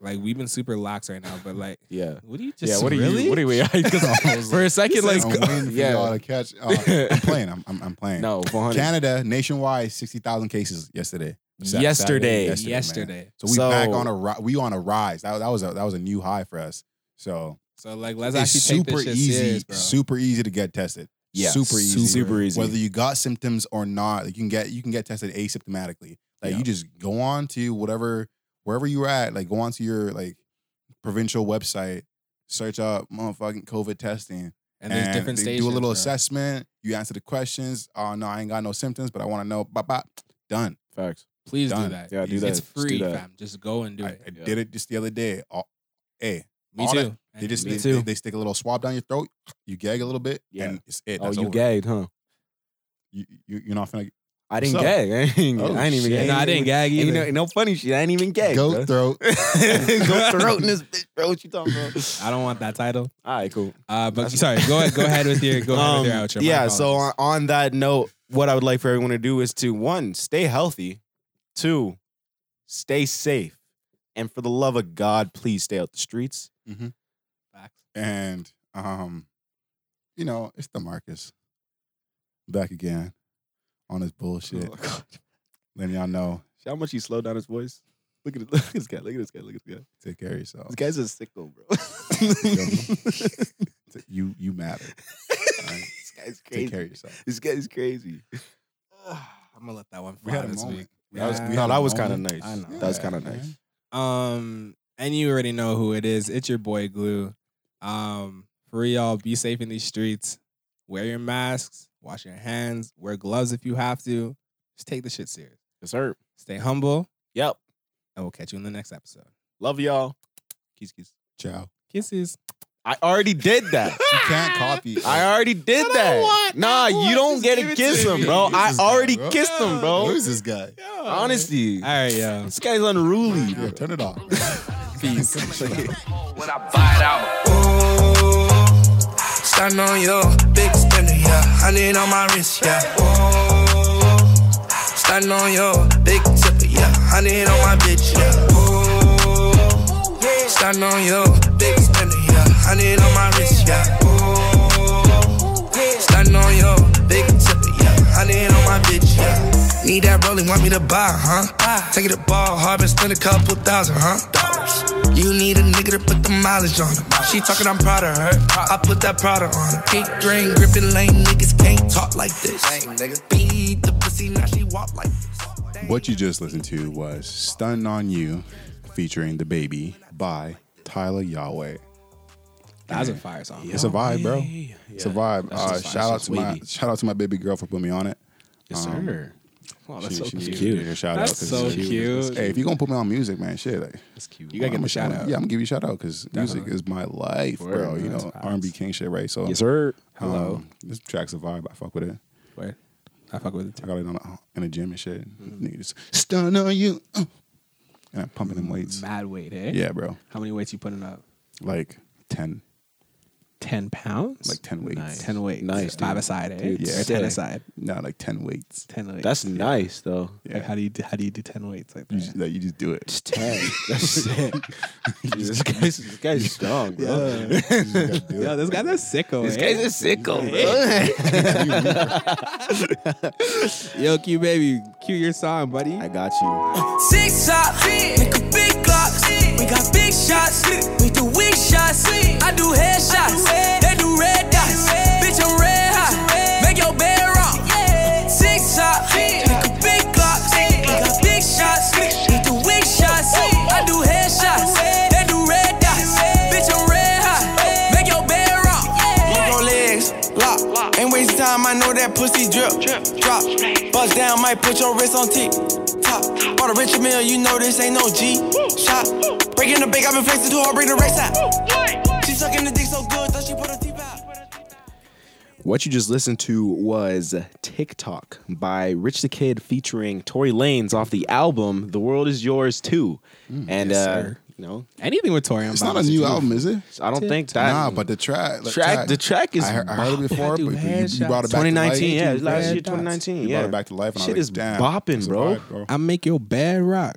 Speaker 2: like we've been super lax right now, but like
Speaker 1: yeah,
Speaker 2: what do you just
Speaker 1: yeah. What are
Speaker 2: really?
Speaker 1: you?
Speaker 2: [LAUGHS]
Speaker 1: What are we? [LAUGHS]
Speaker 3: [LAUGHS] I
Speaker 1: for a second, like,
Speaker 3: I'm waiting for
Speaker 1: yeah,
Speaker 3: y'all to catch. uh, I'm playing. [LAUGHS] I'm, I'm, I'm playing.
Speaker 1: no, 100.
Speaker 3: Canada nationwide, sixty thousand cases yesterday. Sat-
Speaker 1: Yesterday.
Speaker 2: [LAUGHS]
Speaker 3: Saturday, yesterday. man.
Speaker 2: yesterday.
Speaker 3: So we
Speaker 1: So-
Speaker 3: back on a ri- we on a rise. That, that was a that was a new high for us. So
Speaker 2: So like let's
Speaker 3: it's
Speaker 2: actually
Speaker 3: super
Speaker 2: take this shit
Speaker 3: easy,
Speaker 2: serious, bro.
Speaker 3: super easy to get tested.
Speaker 1: Yeah,
Speaker 3: super easy.
Speaker 1: super easy.
Speaker 3: Whether you got symptoms or not, like you can get you can get tested asymptomatically. Like
Speaker 1: Yeah.
Speaker 3: you just go on to whatever wherever you're at, like go on to your like provincial website, search up motherfucking COVID testing,
Speaker 2: and there's different
Speaker 3: they
Speaker 2: stages.
Speaker 3: Do a little
Speaker 2: bro.
Speaker 3: assessment. You answer the questions. Oh no, I ain't got no symptoms, but I want to know. Bop, bop. Done.
Speaker 1: Facts.
Speaker 2: Please do
Speaker 3: Done.
Speaker 2: that.
Speaker 1: Yeah, do
Speaker 2: It's-
Speaker 1: that.
Speaker 2: It's
Speaker 1: Just do
Speaker 2: free,
Speaker 1: that.
Speaker 2: fam. Just go and do
Speaker 3: I,
Speaker 2: it.
Speaker 3: I
Speaker 1: Yeah.
Speaker 3: did it just the other day. All, hey,
Speaker 2: Me
Speaker 3: all
Speaker 2: too.
Speaker 3: that- they
Speaker 2: And
Speaker 3: just
Speaker 2: me
Speaker 3: they,
Speaker 2: too.
Speaker 3: they, they stick a little swab down your throat. You gag a little bit,
Speaker 1: Yeah.
Speaker 3: and it's it.
Speaker 1: Oh,
Speaker 3: That's
Speaker 1: you
Speaker 3: over.
Speaker 1: gagged, huh?
Speaker 3: You, you you're not finna
Speaker 1: I didn't
Speaker 3: So-
Speaker 1: gag. I ain't,
Speaker 3: Oh,
Speaker 1: I ain't even.
Speaker 3: shit.
Speaker 1: gag.
Speaker 2: no, I [LAUGHS] didn't gag
Speaker 1: You
Speaker 2: either.
Speaker 1: know, no funny shit. I ain't even gag.
Speaker 3: goat [LAUGHS]
Speaker 1: bro.
Speaker 3: throat.
Speaker 1: Goat throat [LAUGHS] in this bitch, bro. What you talking about?
Speaker 2: I don't want that title.
Speaker 1: All right, cool.
Speaker 2: Uh, but sorry, go ahead, go ahead with your go
Speaker 1: [LAUGHS]
Speaker 2: ahead with your
Speaker 1: Um,
Speaker 2: outro. My
Speaker 1: Yeah. So on,
Speaker 2: apologies.
Speaker 1: on that note, what I would like for everyone to do is to one, stay healthy. Two, stay safe. And for the love of God, please stay out the streets. uh,
Speaker 2: Facts.
Speaker 3: and um, you know it's the Marcus back again on his bullshit. Letting y'all know.
Speaker 1: Oh, See how much he slowed down his voice. Look at, it, [LAUGHS] look at this guy. Look at this guy. Look at this guy.
Speaker 3: Take care of yourself.
Speaker 1: This guy's a sicko, bro. this
Speaker 3: You you matter. all right?
Speaker 1: guy's
Speaker 3: Take care
Speaker 1: crazy.
Speaker 3: of yourself.
Speaker 1: This guy's crazy.
Speaker 2: [SIGHS] I'm gonna let that one
Speaker 3: We
Speaker 2: fly
Speaker 3: had a
Speaker 2: this
Speaker 3: moment.
Speaker 2: week.
Speaker 3: We had-
Speaker 2: Yeah.
Speaker 3: we
Speaker 2: No,
Speaker 3: had a
Speaker 1: that was
Speaker 3: moment.
Speaker 1: kinda nice.
Speaker 2: I know.
Speaker 1: That was kinda nice.
Speaker 3: man.
Speaker 2: Um, and you already know who it is. It's your boy Glue. Um, for real, y'all, be safe in these streets. Wear your masks. Wash your hands. Wear gloves if you have to. Just take the shit serious.
Speaker 1: Yes, sir.
Speaker 2: Stay humble,
Speaker 1: Yep.
Speaker 2: and we'll catch you in the next episode.
Speaker 1: Love y'all. Kiss, kiss.
Speaker 3: Ciao.
Speaker 2: Kisses.
Speaker 1: I already did that.
Speaker 3: You can't copy.
Speaker 1: [LAUGHS] I already did
Speaker 2: don't
Speaker 1: that.
Speaker 2: want-
Speaker 1: nah,
Speaker 2: I don't
Speaker 1: you
Speaker 2: want-
Speaker 1: don't
Speaker 2: just
Speaker 1: get
Speaker 2: give
Speaker 1: to
Speaker 2: it to
Speaker 1: kiss him,
Speaker 2: me.
Speaker 1: bro.
Speaker 3: Who's
Speaker 1: I
Speaker 3: [LAUGHS] this guy,
Speaker 1: already
Speaker 3: bro?
Speaker 1: kissed him,
Speaker 3: Who
Speaker 1: bro.
Speaker 3: is this guy?
Speaker 1: Honestly,
Speaker 2: All
Speaker 1: [LAUGHS]
Speaker 2: right, y'all.
Speaker 1: this guy's unruly.
Speaker 3: Yeah, turn it off.
Speaker 2: Peace.
Speaker 4: when I bite out. Ooh, stand on your big spender, yeah. Hundred on my wrist, yeah. Ooh, stand on your big tipper, yeah. Hundred on my bitch, yeah. Ooh, stand on your big spender, yeah. Hundred on my wrist, yeah. Ooh, stand on your big tipper, yeah. Hundred on my bitch, yeah. Need that rolling, want me to buy, huh? Take it to ball, hard, and spend a couple thousand, huh? Dollars. You need a nigga to put the mileage on him. She talking, I'm proud of her. I put that Prada on her. Pink green, gripping lame niggas can't talk like this. Beat the pussy, now she walk like this.
Speaker 3: What you just listened to was Stun on You featuring The Baby by Tyler Yahweh.
Speaker 2: That was a fire song.
Speaker 3: It's a vibe, bro. It's a vibe.
Speaker 2: just
Speaker 3: Uh,
Speaker 2: fine.
Speaker 3: shout out
Speaker 1: It's
Speaker 3: to my
Speaker 1: wavy.
Speaker 3: shout out to my baby girl for putting me on it.
Speaker 1: Yes,
Speaker 3: Um,
Speaker 1: sir. Oh, that's so
Speaker 3: She- she-
Speaker 1: cute.
Speaker 3: she did her shout
Speaker 2: That's
Speaker 3: out 'cause
Speaker 2: so
Speaker 3: she-
Speaker 2: cute.
Speaker 3: Hey, if you're gonna put me on music, man, shit, like,
Speaker 1: That's cute.
Speaker 2: You gotta get
Speaker 3: I'ma
Speaker 2: the shout
Speaker 3: shout-
Speaker 2: out.
Speaker 3: Yeah, I'm gonna give you a shout out because music is my life,
Speaker 1: Word,
Speaker 3: bro. You
Speaker 1: man,
Speaker 3: know, R&B king shit, right? So,
Speaker 1: Yes, sir.
Speaker 3: um,
Speaker 1: Hello.
Speaker 3: this track's a vibe. I fuck with it.
Speaker 2: Wait, I fuck with it.
Speaker 3: I got it on a, in the gym and shit. Nigga just stun on you, uh, and I'm pumping them weights.
Speaker 2: Mad weight, eh?
Speaker 3: Yeah, bro,
Speaker 2: How many weights you putting up?
Speaker 3: like ten.
Speaker 2: ten pounds,
Speaker 3: like ten weights.
Speaker 2: Nice. ten weights,
Speaker 1: Nice,
Speaker 2: five
Speaker 1: dude.
Speaker 2: aside, eh?
Speaker 1: Dude,
Speaker 2: or
Speaker 3: sick.
Speaker 2: ten aside,
Speaker 3: No, like ten weights.
Speaker 2: ten weights.
Speaker 1: That's
Speaker 2: yeah.
Speaker 1: nice though.
Speaker 3: Yeah,
Speaker 2: Like how do you do, how do you do ten weights like
Speaker 3: you, just,
Speaker 2: that?
Speaker 3: like, you just do it.
Speaker 1: [LAUGHS] It's ten. That's sick. Dude, this guy's this guy's strong, bro.
Speaker 2: Yeah.
Speaker 3: You just gotta [LAUGHS] do
Speaker 2: Yo,
Speaker 3: it.
Speaker 2: this guy's a sicko.
Speaker 1: This
Speaker 2: eh?
Speaker 1: guy's a sicko, bro.
Speaker 2: Yo, Q baby, cue your song, buddy.
Speaker 1: I got you.
Speaker 5: Six top, make a big clock. We got big shots, we do weak shots. I do head shots, they do red dots. Bitch, I'm red hot, make your bed rock. Six top, make a big clock. We got big shots, we do weak shots. I do head shots, they do red dots. Bitch, I'm red hot, make your bed rock.
Speaker 6: Look on legs, lock. Ain't wasting time, I know that pussy drip. Drop, bust down, might put your wrist on tip. Top, bought a richer meal, you know this ain't no G. Shot, breaking the bank, I've been facing too hard, bring the race out. She sucking the dick so good, thought she put her teeth out.
Speaker 1: What you just listened to was TikTok by Rich the Kid featuring Tory Lanez off the album The World Is Yours Too. and uh,
Speaker 2: sir.
Speaker 1: you know,
Speaker 2: Anything with Tori, I'm
Speaker 3: It's
Speaker 2: fine
Speaker 3: not a
Speaker 2: with
Speaker 3: new
Speaker 2: you.
Speaker 3: album, is it?
Speaker 1: I don't think that
Speaker 3: Nah, but the track, the
Speaker 1: Track- the track is
Speaker 3: I heard, I heard it before,
Speaker 2: dude,
Speaker 3: but you,
Speaker 2: headshots.
Speaker 3: you brought it back.
Speaker 1: 2019,
Speaker 3: to
Speaker 1: yeah,
Speaker 3: life.
Speaker 1: it was last
Speaker 2: Yeah,
Speaker 1: year,
Speaker 2: dots.
Speaker 1: 2019,
Speaker 3: You
Speaker 1: yeah.
Speaker 3: brought it back to life. And I
Speaker 1: Shit
Speaker 3: was like,
Speaker 1: is
Speaker 3: Damn,
Speaker 1: bopping,
Speaker 3: it's a
Speaker 1: bro.
Speaker 3: vibe,
Speaker 2: I make your bed rock.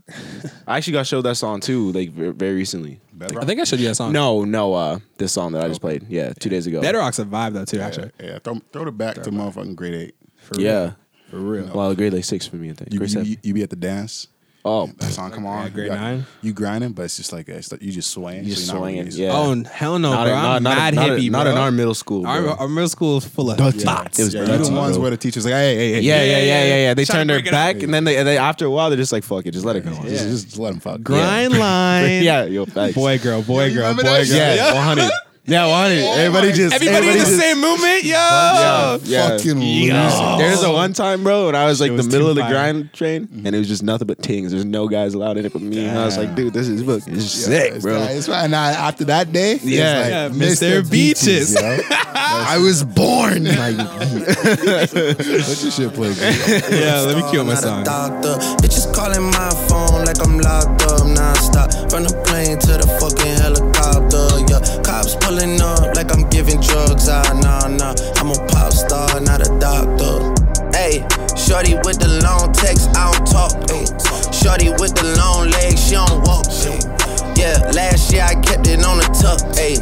Speaker 1: I actually got showed that song too, like ver- very recently.
Speaker 3: Bedrock?
Speaker 2: I think I showed you that song.
Speaker 1: No, no, uh, this song that I just played, yeah, two days ago.
Speaker 2: Bed rock's a vibe though too. Actually,
Speaker 3: Yeah, yeah. Throw, throw it back to motherfucking grade eight. For
Speaker 1: yeah.
Speaker 2: for real.
Speaker 1: Well, grade like six for me, I think.
Speaker 3: You,
Speaker 1: Grade
Speaker 3: you,
Speaker 1: seven.
Speaker 3: you, you be at the dance.
Speaker 1: oh,
Speaker 3: That song come on.
Speaker 2: grade
Speaker 3: you
Speaker 2: nine?
Speaker 3: You grinding, but it's just like it's like you just swaying.
Speaker 1: You
Speaker 3: so
Speaker 1: just
Speaker 3: you're not
Speaker 1: swinging,
Speaker 3: really-
Speaker 1: yeah.
Speaker 2: Oh hell no,
Speaker 1: not,
Speaker 2: bro!
Speaker 1: in- not,
Speaker 2: I'm
Speaker 1: not,
Speaker 2: mad
Speaker 1: not,
Speaker 2: hippie,
Speaker 1: not
Speaker 2: bro.
Speaker 1: in our middle school. Bro.
Speaker 2: Our, our middle school is full of dots.
Speaker 1: It was
Speaker 3: Yeah,
Speaker 1: dirty,
Speaker 3: you the ones
Speaker 1: bro.
Speaker 3: where the teacher's like, hey, hey, hey,
Speaker 1: Oh, Yeah, yeah, yeah, yeah, yeah. They
Speaker 2: Trying to
Speaker 1: turned their
Speaker 2: break it up.
Speaker 1: back, and then they, they after a while they're just like, "Fuck it, just let it go."
Speaker 3: Just, just, just let him fuck.
Speaker 2: Grind [LAUGHS] line.
Speaker 1: yeah, yo, facts.
Speaker 2: Boy, girl, boy, girl, boy, girl.
Speaker 1: yeah, one hundred. Yeah, one hundred. Everybody just
Speaker 2: Everybody in the
Speaker 1: just-
Speaker 2: same movement, yo.
Speaker 1: Yeah, yeah.
Speaker 3: Fucking loser.
Speaker 1: There's a one time, bro, when I was like
Speaker 2: It
Speaker 1: the
Speaker 2: was
Speaker 1: middle of the
Speaker 2: team fire.
Speaker 1: grind train,
Speaker 3: Mm-hmm.
Speaker 1: and it was just nothing but tings. There's no guys allowed in it but me. And I was like, dude, this is fucking sick,
Speaker 3: It's
Speaker 1: bro.
Speaker 3: right, it's right. And I, after that day, it's
Speaker 1: Yeah.
Speaker 3: like,
Speaker 2: Yeah, Mr. Beaches.
Speaker 3: yo. [LAUGHS] I
Speaker 1: [LAUGHS]
Speaker 3: was born. Like, let your shit play. dude.
Speaker 2: Yeah, let me cue up my
Speaker 6: Not a
Speaker 2: song.
Speaker 6: doctor. Bitches calling my phone like I'm locked up nonstop. From the plane to the fucking helicopter. Yeah, cops pulling up like I'm giving drugs. Ah, nah, nah. I'm a pop star, not a doctor. Hey, shorty with the long text, I don't talk. Ay, shorty with the long legs, she don't walk. Ay, yeah, last year I kept it on the tuck. Ay,